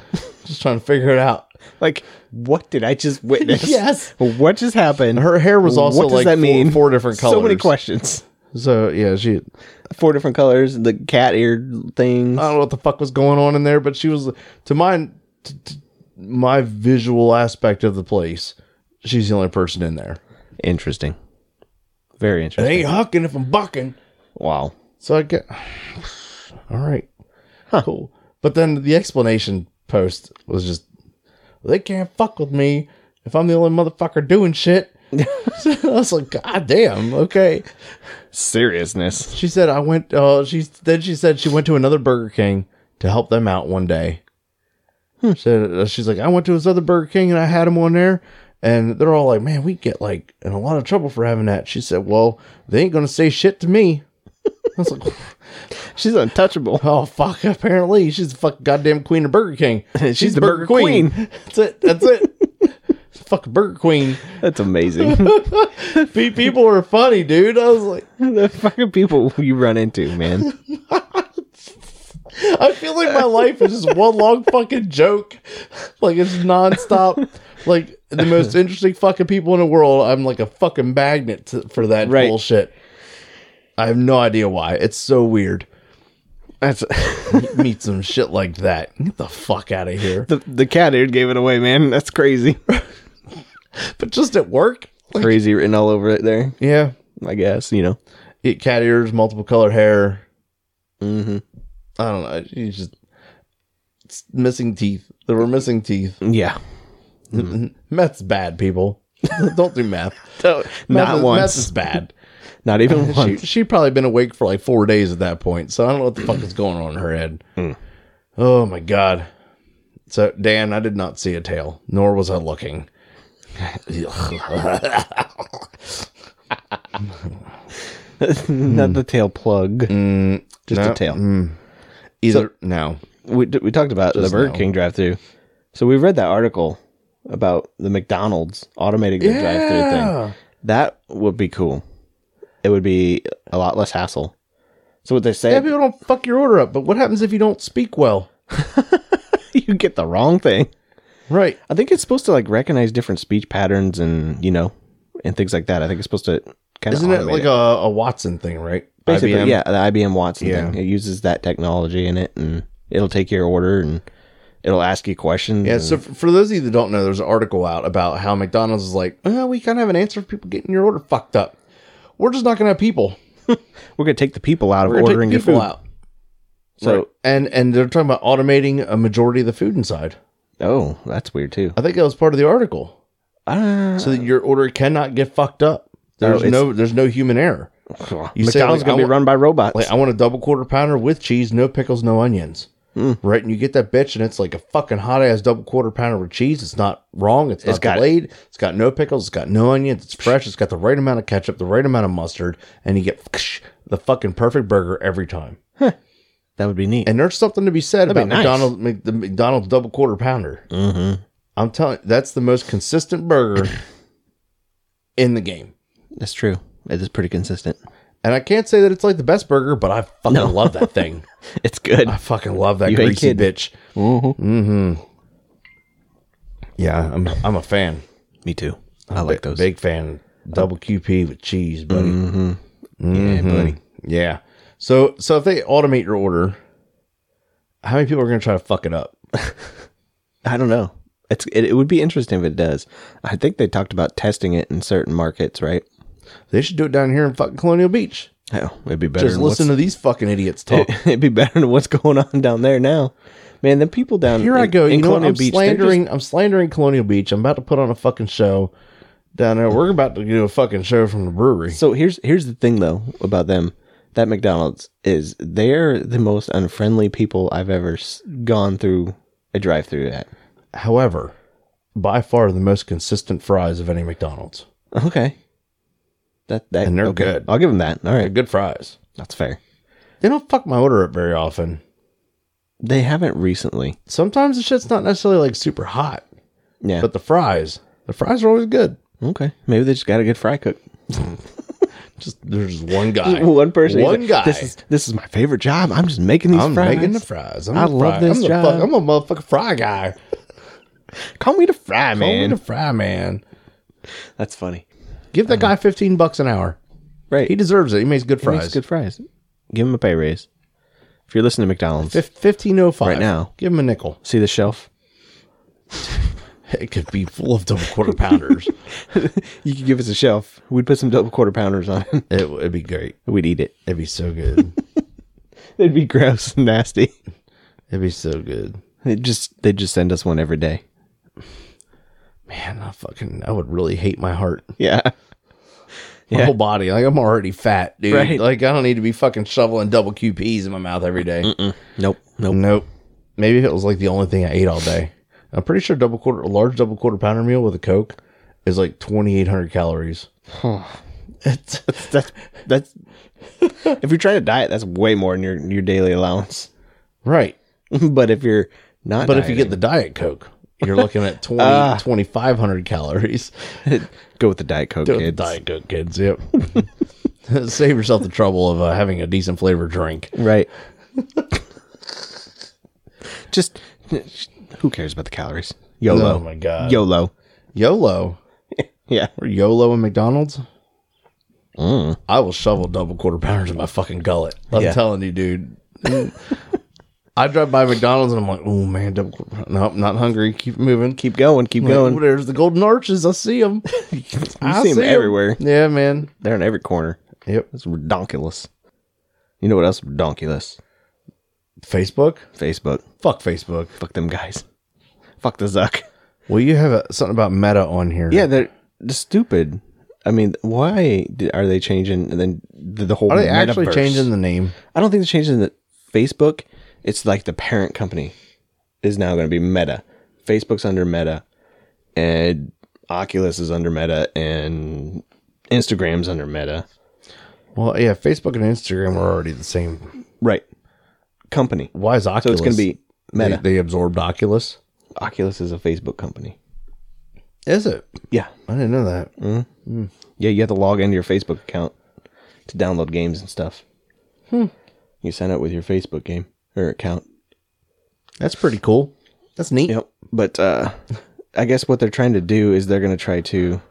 just trying to figure it out. Like, what did I just witness? Yes. What just happened? Her hair was also what does like that four- mean? four different colors. So many questions. So yeah, she Four different colors. The cat ear things. I don't know what the fuck was going on in there, but she was to my to, to my visual aspect of the place. She's the only person in there. Interesting. Very It interesting. ain't hucking if I'm bucking. Wow. So I get all right, cool. But then the explanation post was just they can't fuck with me if I'm the only motherfucker doing shit. so I was like, God damn, okay. Seriousness. She said I went. Uh, she then she said she went to another Burger King to help them out one day. She Said uh, she's like I went to this other Burger King and I had them on there, and they're all like, "Man, we get like in a lot of trouble for having that." She said, "Well, they ain't gonna say shit to me." I was like, She's untouchable. "Oh fuck!" Apparently, she's the fucking goddamn queen of Burger King. She's the Burger That's it. That's it. Fuck Burger Queen. That's amazing. Pe- People are funny, dude. I was like, the fucking people you run into, man. I feel like my life is just one long fucking joke. Like it's nonstop. Like the most interesting fucking people in the world. I'm like a fucking magnet to, for that Right. bullshit. I have no idea why. It's so weird. That's Meet some shit like that. Get the fuck out of here. the the cat ear gave it away, man. That's crazy. But just at work. Like, crazy written all over it there. yeah. I guess you know. It cat ears, multiple colored hair. Mm-hmm. I don't know. He's just it's missing teeth. There were missing teeth. Yeah. Math's bad, people. don't do math. So, Math not is- once. Math is bad. Not even she once. she probably been awake for like four days at that point, so I don't know what the fuck is going on in her head. Hmm. Oh my god! So Dan, I did not see a tail, nor was I looking. not the tail plug. Just no. a tail. Either no, we, d- we talked about Mm. the Just Burger now. King drive through. So we read that article about the McDonald's automating the drive through Yeah. thing. That would be cool. It would be a lot less hassle. So what they say, yeah, people don't fuck your order up. But what happens if you don't speak well? you get the wrong thing. Right. I think it's supposed to like recognize different speech patterns and you know and things like that. I think it's supposed to kind of Isn't it like a, a Watson thing, right? basically IBM? yeah the IBM Watson Yeah. thing. It uses that technology in it and it'll take your order and it'll ask you questions. Yeah, and- so f- for those of you that don't know, there's an article out about how McDonald's is like, oh, we kind of have an answer for people getting your order fucked up. We're just not going to have people. we're gonna take the people out of We're going to ordering take your people food. out. So Right. and and they're talking about automating a majority of the food inside. oh, that's weird too. I think that was part of the article. Ah, Uh, So that your order cannot get fucked up. Oh, There's it's- no there's no human error. You say, Uh, oh, McDonald's like, gonna I be want- run by robots. Like I want a double quarter pounder with cheese, no pickles, no onions. Hmm. Right, and you get that bitch, and it's like a fucking hot ass double quarter pounder with cheese. It's not wrong. It's not got- delayed. It's got no pickles. It's got no onions. It's fresh. It's got the right amount of ketchup, the right amount of mustard, and you get the fucking perfect burger every time. that would be neat. And there's something to be said about That'd be nice. McDonald's, Mc, the McDonald's double quarter pounder. Mm-hmm. I'm telling that's the most consistent burger in the game. that's true. It is pretty consistent. And I can't say that it's like the best burger, but I fucking No. love that thing. It's good. I fucking love that You ain't greasy kidding. bitch. Mm-hmm. Yeah, I'm I'm a fan. Me too. I like those. Big fan. Double QP with cheese, buddy. Yeah, buddy. Yeah. So so if they automate your order, how many people are gonna try to fuck it up? I don't know. It's it, it would be interesting if it does. I think they talked about testing it in certain markets, right? They should do it down here in fucking Colonial Beach. Hell, it'd be better. Just than what's- listen to these fucking idiots talk. It'd be better than what's going on down there now, man. The people down Here I in- go. in You know what? Colonial I'm Beach, they're just- slandering. I'm slandering Colonial Beach. I'm about to put on a fucking show down there. We're about to do a fucking show from the brewery. So here's here's the thing though about them. That McDonald's is they're the most unfriendly people I've ever s- gone through a drive-through at. However, by far the most consistent fries of any McDonald's. Okay, that that And they're okay. good. I'll give them that. All They're right, good fries. that's fair. They don't fuck my order up very often. They haven't recently. Sometimes the shit's not necessarily like super hot, Yeah. but the fries, the fries are always good. okay. Maybe they just got a good fry cook. Just there's just one guy, One person. one guy. This is this is my favorite job. I'm just making these I'm fries. making the fries. I'm I the love fry- this I'm the job. fuck- I'm a motherfucking fry guy. Call me the fry Call me man. the fry man. that's funny. Give that guy 15 bucks an hour. Right. He deserves it. He makes good He fries. makes good fries. Give him a pay raise. If you're listening to McDonald's, Fif- 1505 Right now. Give him a nickel. see the shelf. It could be full of double quarter pounders. You could give us a shelf. We'd put some double quarter pounders on it. it would be great. We'd eat it. It'd be so good. It'd be gross and nasty. It'd be so good. It just they'd just send us one every day. Man, I fucking I would really hate my heart. Yeah. My Yeah. whole body. Like I'm already fat, dude. Right. Like I don't need to be fucking shoveling double QPs in my mouth every day. Nope. Nope. Nope. Maybe if it was like the only thing I ate all day. I'm pretty sure double quarter a large double quarter pounder meal with a Coke is like twenty eight hundred calories. It's That's that's if you're trying to diet, that's way more than your your daily allowance. right. but if you're not But if you get the Diet Coke, you're looking at 20, Ah. 2,500 calories. go with the diet coke Do it with kids. Diet Coke, kids. Yep. Save yourself the trouble of uh, having a decent flavored drink. Right. just who cares about the calories? YOLO. Oh my God. YOLO. YOLO. Yeah. Or YOLO and McDonald's? I will shovel double quarter pounders in my fucking gullet. I'm Mm. Yeah. telling you, dude. I drive by McDonald's and I'm like, oh man, double quarter. pound- Nope, not hungry. Keep moving. Keep going, keep Like, going. "Ooh, there's the golden arches. I see them. You see them everywhere. Yeah, man. They're in every corner. Yep. It's redonkulous. You know what else is redonkulous? Facebook. Facebook. Fuck Facebook. Fuck them guys. Fuck the Zuck. Well, you have a, something about Meta on here. Yeah, they're, they're stupid. I mean, why did, are they changing? And then the, the whole Are they actually metaverse? changing the name? I don't think they're changing the Facebook. It's like the parent company is now going to be Meta. Facebook's under Meta, and Oculus is under Meta, and Instagram's under Meta. Well, yeah, Facebook and Instagram are already the same. Right. Company. Why is So Oculus? it's going to be Meta. They, they absorbed Oculus. Oculus is a Facebook company. Is it? Yeah. I didn't know that. Yeah, you have to log into your Facebook account to download games and stuff. Hmm. You sign up with your Facebook game or account. That's pretty cool. That's neat. Yep. But uh I guess what they're trying to do is they're going to try to.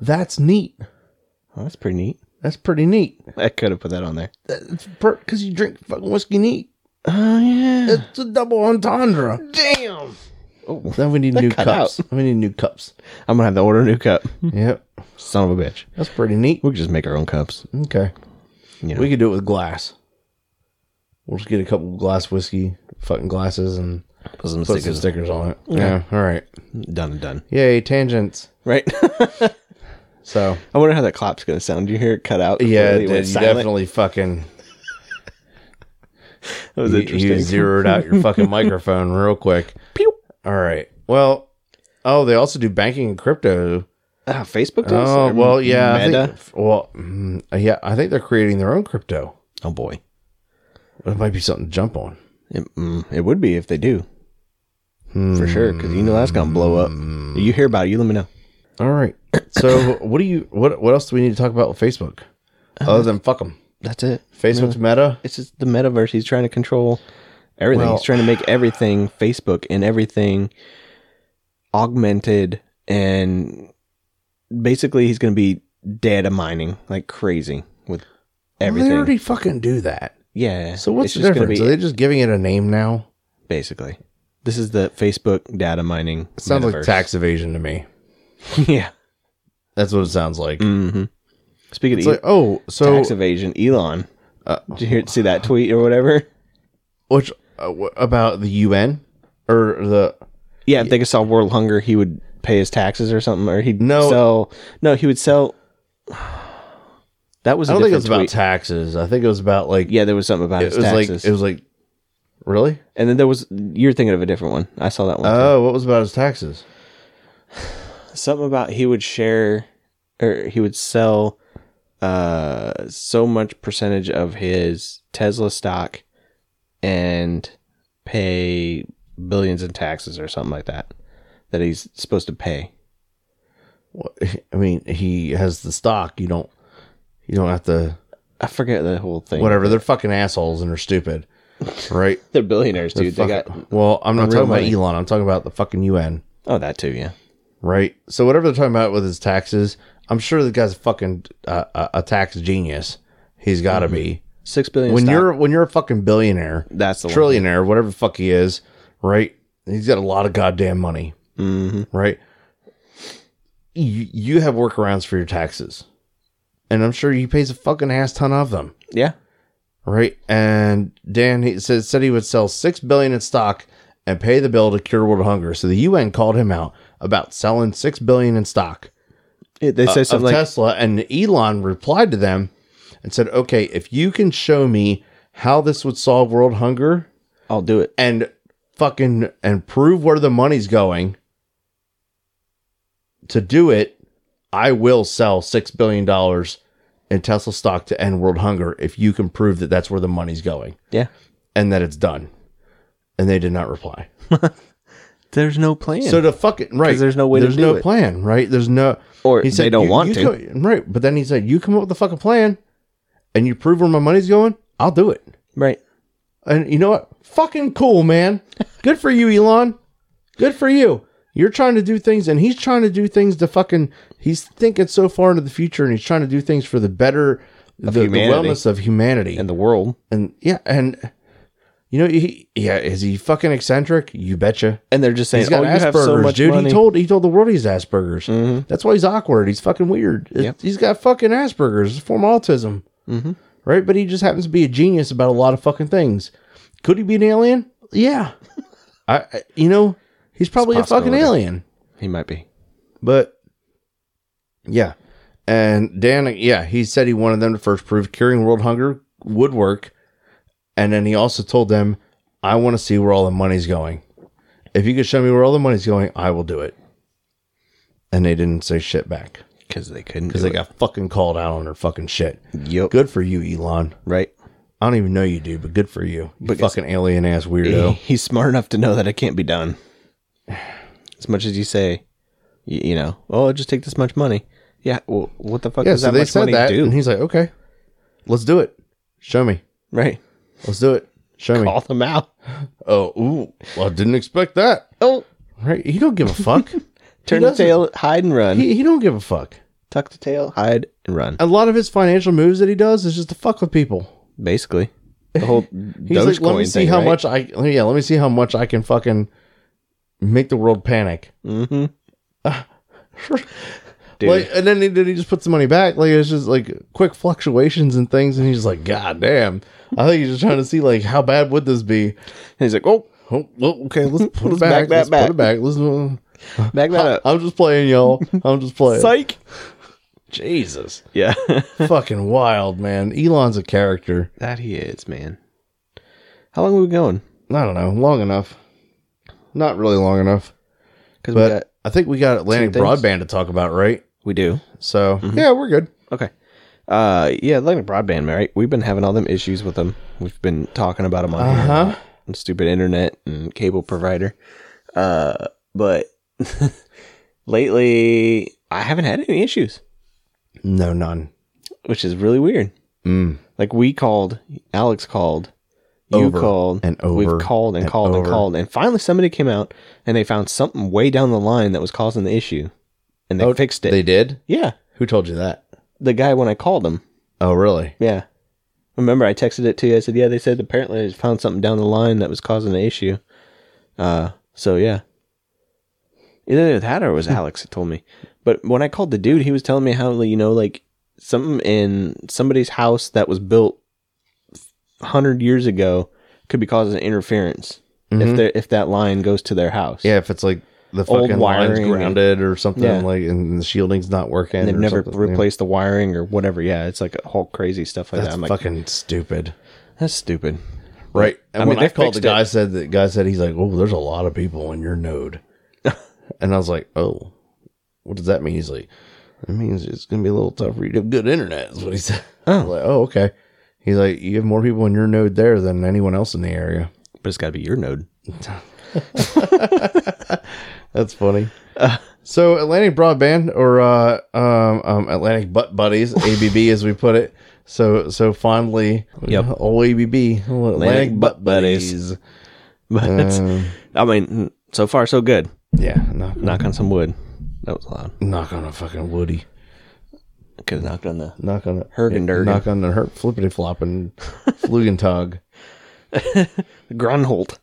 That's neat. Oh, that's pretty neat. That's pretty neat. I could have put that on there. Because you drink fucking whiskey neat. Oh yeah. It's a double entendre. Damn. Oh, then we need new cut cups. We need new cups. I'm gonna have to order a new cup. yep. Son of a bitch. That's pretty neat. We could just make our own cups. Okay. You know. We could do it with glass. We'll just get a couple glass whiskey, fucking glasses, and Put some put some stickers. stickers on it. Yeah. All right. Done and done. Yay, tangents. Right. So I wonder how that clap's gonna sound. Do you hear it cut out? yeah, completely dude, when you it's silent? definitely fucking That was you, interesting. you zeroed out your fucking microphone real quick. Pew. All right. Well, oh, they also do banking and crypto. Ah, Facebook does. Oh Or well, yeah. I Meta. think- well, mm, yeah. I think they're creating their own crypto. oh boy. It might be something to jump on. It, mm, it would be if they do. For sure, because you know that's gonna blow up. You hear about it, you let me know. Hmm. All right. So what do you what what else do we need to talk about with Facebook? Uh-huh. Other than fuck them. That's it. Facebook's meta. It's just the metaverse. He's trying to control everything. Well- He's trying to make everything Facebook and everything augmented, and basically he's gonna be data mining like crazy with everything. They already fucking do that. yeah. So what's it's the just gonna difference? be- Are they just giving it a name now? basically, this is the Facebook data mining. Sounds like metaverse. tax evasion to me. yeah. That's what it sounds like. hmm Speaking It's of like, oh, so tax evasion, Elon. Did you hear, see that tweet or whatever? which uh, wh- about the UN or the Yeah, if they could solve world hunger, he would pay his taxes or something, or he'd No. sell. No, he would sell. That was. I I don't think it was tweet. about taxes. I think it was about like yeah, there was something about it his was taxes, like it was like really. and then there was. You're thinking of a different one. I saw that one. too. Oh, what was about his taxes? something about he would share, or he would sell, uh, so much percentage of his Tesla stock, and pay billions in taxes or something like that. That he's supposed to pay. What- I mean, he has the stock. You don't. You don't have to. I forget the whole thing. Whatever. They're fucking assholes and they're stupid, right? They're billionaires, dude. They got Fuck- well, I'm not unreal talking about money. Elon. I'm talking about the fucking UN, oh that too, yeah. right? So whatever they're talking about with his taxes, I'm sure the guy's a fucking uh, a a tax genius. He's got to Mm-hmm. be. Six billion. When stock- you're when you're a fucking billionaire, that's the one. trillionaire, whatever the fuck he is, right? He's got a lot of goddamn money, mm-hmm. right? You, you have workarounds for your taxes, and I'm sure he pays a fucking ass ton of them, Yeah, right? And Dan he said said he would sell six billion in stock and pay the bill to cure world hunger. So the UN called him out about selling six billion in stock It- they Uh, say of something like Tesla, and Elon replied to them and said, "Okay, if you can show me how this would solve world hunger." I'll do it. and fucking and prove where the money's going to do it i will sell six billion dollars in tesla stock to end world hunger if you can prove that that's where the money's going Yeah, and that it's done and they did not reply there's no plan. so to fuck it right there's no way to there's do no it. plan right there's no Or they don't "You- want you to." come- right but then he said you come up with a fucking plan and you prove where my money's going i'll do it right. And you know what? Fucking cool, man. Good for you, Elon. Good for you. You're trying to do things, and he's trying to do things to fucking. He's thinking so far into the future, and he's trying to do things for the better, the, the humanity. wellness of humanity. In And, the world, yeah, and you know, he, yeah, is he fucking eccentric? You betcha. and they're just saying, He's got "Oh, you have Asperger's, so much dude. money." Mm-hmm. He told he told the world he's Asperger's. That's why he's awkward. He's fucking weird. It- Yep. Mm-hmm. He's got fucking Asperger's, it's a form of autism, right? But he just happens to be a genius about a lot of fucking things. Could he be an alien? Yeah, I, I you know he's probably a fucking possibility. alien, he might be. but yeah. And Dan, yeah, he said he wanted them to first prove curing world hunger would work, and then he also told them, "I want to see where all the money's going." If you could show me where all the money's going, I will do it. And they didn't say shit back Because they couldn't. because they got fucking called out on their fucking shit. yep. Good for you, Elon. Right. I don't even know you, dude, but good for you. You fucking alien ass He- weirdo. he's smart enough to know that it can't be done. As much as you say, you, you know, oh, just take this much money. Yeah. Well, what the fuck yeah, does so that they much said money that, and do? he's like, "Okay, let's do it. Show me. Right. Let's do it. Show me." Call them out. Oh, ooh, well, I didn't expect that. Oh, Right? He don't give a fuck. turn the doesn't- tail, hide and run. he he don't give a fuck. Tuck the tail, Oh, hide and run. A lot of his financial moves that he does is just to fuck with people. Basically, the whole He's like, let me see how much I yeah, let me see how much I can fucking make the world panic. Mm-hmm. Dude. Like, and then he, then he just puts the money back. Like it's just like quick fluctuations and things, and he's like, "God damn!" I think he's just trying to see like how bad would this be. he's like, oh, Oh, well, okay, let's put Let's it back. back that let's back. put it back. Let's. uh, back that up. I'm just playing, y'all. I'm just playing. Psych. Jesus, Yeah, fucking wild, man. Elon's a character. that he is, man. How long are we going? I don't know, long enough. Not really long enough, Because we but got I think we got Atlantic things. Mm-hmm. Broadband to talk about, right? we do. So yeah, we're good. Okay. Uh, yeah, Atlantic Broadband, right? We've been having all them issues with them. We've been talking about them on here. Uh-huh. And Stupid internet and cable provider. Uh, but lately I haven't had any issues, No, none. which is really weird. Mm. Like we called, Alex called, you Over called, and over We've called and, and called and over. called, and finally somebody came out and they found something way down the line that was causing the issue, and they fixed it. Oh, They did. yeah, Who told you that? the guy when I called him, Oh, really? yeah. Remember, I texted it to you. I said, "Yeah." They said apparently they found something down the line that was causing an issue. Uh, so yeah. Either that or it was Alex that told me. But when I called the dude, he was telling me how you know like something in somebody's house that was built 100 years ago could be causing interference if they if that line goes to their house. Mm-hmm. Yeah, if it's like the Old fucking line's wiring and- grounded or something Yeah. like, and the shielding's not working. And they've or never something, yeah. replaced the wiring or whatever. Yeah, it's like all crazy stuff like That's that. I'm like, fucking stupid. that's stupid. Right. And I when mean, I they called the fixed it. guy said that guy said he's like, Oh, there's a lot of people in your node. and I was like, Oh, what does that mean? He's like, It means it's gonna be a little tough for you to have good internet, is what he said. I was like, Oh, okay. He's like, You have more people in your node there than anyone else in the area. But it's got to be your node. That's funny. so Atlantic Broadband or uh, um, um, Atlantic Butt Buddies, ABB as we put it, so so fondly. Yep. Old ABB, old Atlantic Atlantic Butt Butt Buddies. But it's- Um, I mean, so far so good. yeah, knock, Knock on some wood. That was loud. knock on a fucking woody. Could have knocked on the. Knock on the Hergendergen. Knock on the her flippity flop and flugentog. Grunhold.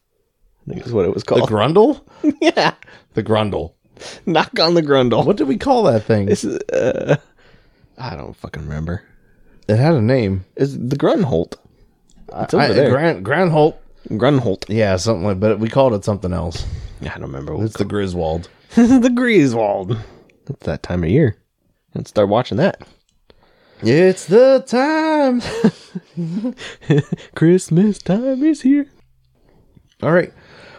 I think is what it was The called. grundle? yeah. The grundle. Knock on the Grundle. What did we call that thing? This is, uh, I don't fucking remember. it had a name. Is the Grunholt? It's over I- there. Gran- Granholt. Grunholt. Yeah, something like but we called it something else. I don't remember. It's the Griswold. the Grieswald. It's that time of year. Let's start watching that. It's the time. Christmas time is here. All right.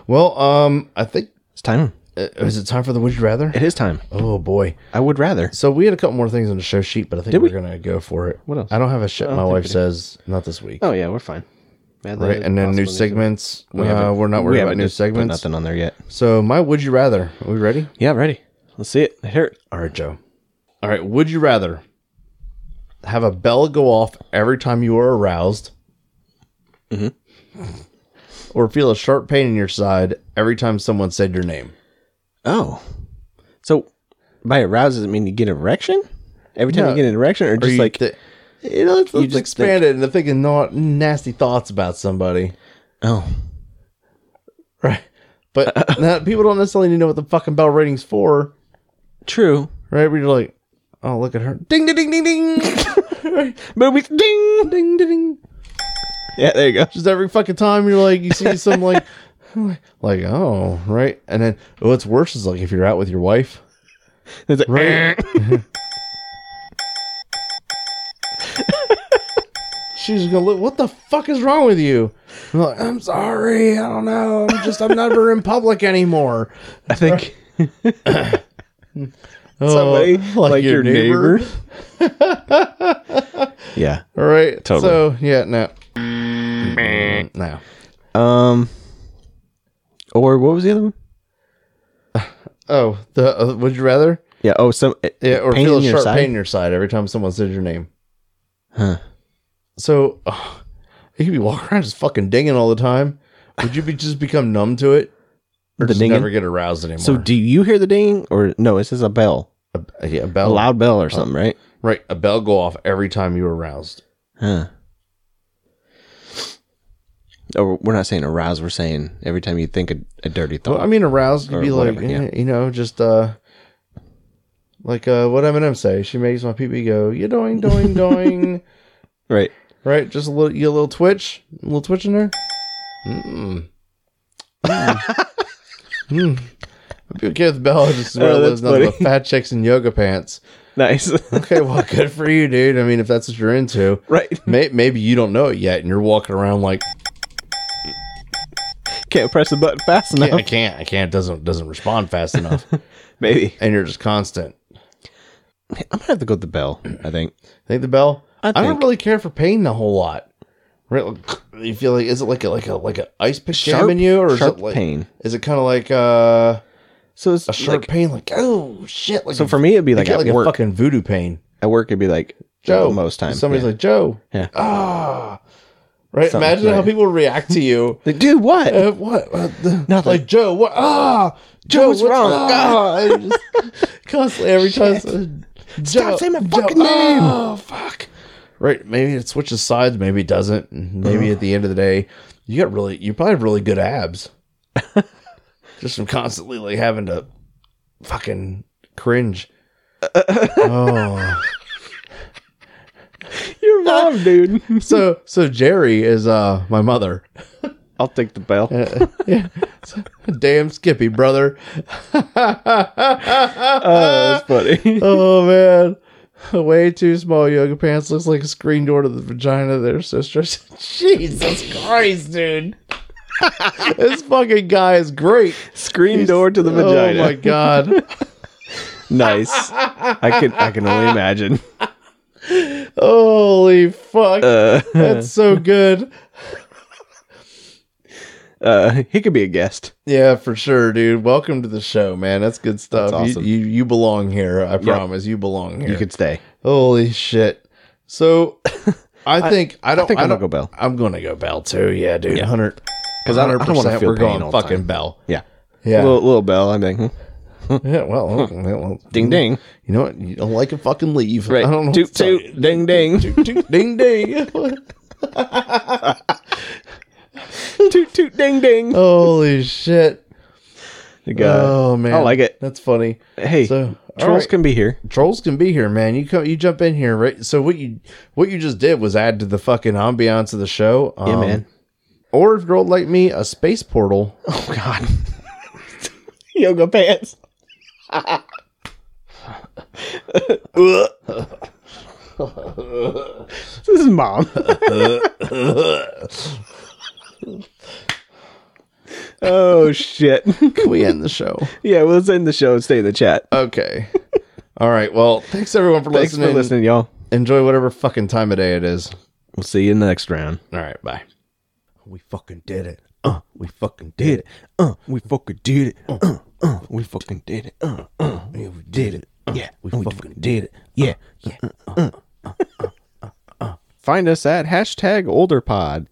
Well, um, I think It's time. uh, is it time for the Would You Rather? It is time. Oh boy. I would rather. So we had a couple more things on the show sheet, but I think Did we're we? gonna go for it. What else? I don't have a shit. My think wife we did. says not this week. Oh yeah, we're fine. Man, right, and then new segments. We uh, we're not worried about new segments. Nothing on there yet. So my would you rather? Are we ready? Yeah, ready. Let's see it. I hear it. All right, Joe. All right. Would you rather have a bell go off every time you are aroused, or feel a sharp pain in your side every time someone said your name? Oh, so by arouse does it mean you get an erection every time No. you get an erection, or Or just you like thi- you know, let's, let's just expand it into thinking not nasty thoughts about somebody, oh right? But now, people don't necessarily need to know what the fucking bell ringing's for. true. right? Where you're like, oh, look at her. Ding, ding, ding, ding, ding. Boobies ding. ding, ding, ding. Yeah, there you go. Just every fucking time you're like, you see some like, like, oh, right? And then what's worse is like if you're out with your wife. It's like, Right. She's gonna look. What the fuck is wrong with you? I'm like, I'm sorry. I don't know. I'm just. I'm never in public anymore. I think Oh, somebody like, your, neighbor. yeah. All right. Totally. So yeah, no, Mm, no. Um. Or what was the other one? Oh, the uh, would you rather? Yeah. Oh, some Yeah, or pain feel a in your sharp side? pain in your side every time someone says your name. Huh. So ugh, you could be walking around just fucking dinging all the time. Would you be just become numb to it, or The just dinging? never get aroused anymore? So do you hear the ding or no? This is a bell, a, yeah, a a bell, loud bell or Oh. something, right? right? A bell go off every time you're aroused. Huh. Oh, we're not saying arouse. We're saying every time you think a, a dirty thought. Well, I mean, aroused, you'd Or be like, whatever, eh, yeah. you know, just uh, like uh, what Eminem say? She makes my pee pee go, you doing, doing, doing, right. right? Just a little, you a little twitch, a little twitch in there. Mm. Mm. I'd be okay with Bella just where Oh, lives that's none of the funny. fat chicks in yoga pants. Nice. Okay, well, good for you, dude. I mean, if that's what you're into, right. may- maybe you don't know it yet, and you're walking around like Can't press the button fast enough. I can't, I can't, doesn't doesn't respond fast enough, Maybe. and you're just constant. I'm gonna have to go with the bell. I think. Think the bell. I, I don't think- really care for pain a whole lot. Right? like, You feel like is it like a like a like a ice pick jamming you, or is sharp it like pain. Is it kind of like uh, So it's a sharp like- pain? Like oh shit! Like so for me, it'd be I like get at like a work. fucking voodoo pain. at work, it'd be like Joe, most times. somebody's yeah. like Joe. Yeah. Ah. Right. Something, Imagine how right. people react to you. like, dude, what? Uh, what? Uh, the- Nothing. Like Joe. What? Ah. Joe, what's wrong? Ah. and just constantly every time. Joe, Stop saying my fucking name. Oh fuck. Right. Maybe it switches sides. Maybe it doesn't. Maybe at the end of the day, you got really. You probably have really good abs. just from constantly like having to fucking cringe. oh. mom, dude. so so Jerry is uh my mother. I'll take the bell. yeah. Damn Skippy, brother. Oh, that's funny. Oh man. Way too small yoga pants looks like a screen door to the vagina of their sisters. Jesus Christ, dude. this fucking guy is great. Screen door to the vagina. Oh my god. Nice. I can I can only imagine. Holy fuck. Uh, That's so good. uh, he could be a guest. Yeah, for sure, dude. Welcome to the show, man. That's good stuff. That's You- awesome. You, you belong here. I promise. You belong here. You could stay. Holy shit. So I think I, don't think I'm don't- gonna go Bell. I'm gonna go Bell too, yeah, dude. Hundred because I don't- hundred I don't wanna percent feel we're pain going all the fucking time. Bell. Yeah. Yeah. Little, little bell. I'm like, hmm, yeah, well, okay, well, ding ding. You know what? You don't like it fucking leave. Mm-hmm. Right. I don't know. toot what to tell you. toot. Ding ding. Toot, toot, ding ding. toot toot. Ding ding. Holy shit. Oh man. I like it. That's funny. Hey, So, all trolls right. can be here. trolls can be here, man. You come, you jump in here, right? So what you what you just did was add to the fucking ambiance of the show, um, yeah, man. Or if you're old like me, a space portal. Oh God. Yoga pants. this is mom. oh shit. Can we end the show? Yeah, well, let's end the show and stay in the chat. Okay. All right. Well, thanks everyone for Thanks listening. for listening, y'all. Enjoy whatever fucking time of day it is. We'll see you in the next round. All right. Bye. We fucking did it. Uh, we fucking did it. Uh, we fucking did it. Uh, uh, we fucking did it. Uh, uh, yeah, we did it. Yeah, we fucking did it. Uh, Yeah. uh, Find us at hashtag olderpod.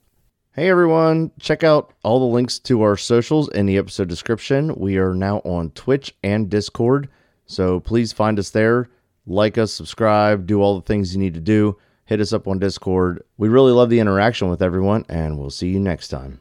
Hey everyone, check out all the links to our socials in the episode description. We are now on Twitch and Discord, so please find us there, like us, subscribe, do all the things you need to do. Hit us up on Discord. We really love the interaction with everyone, and we'll see you next time.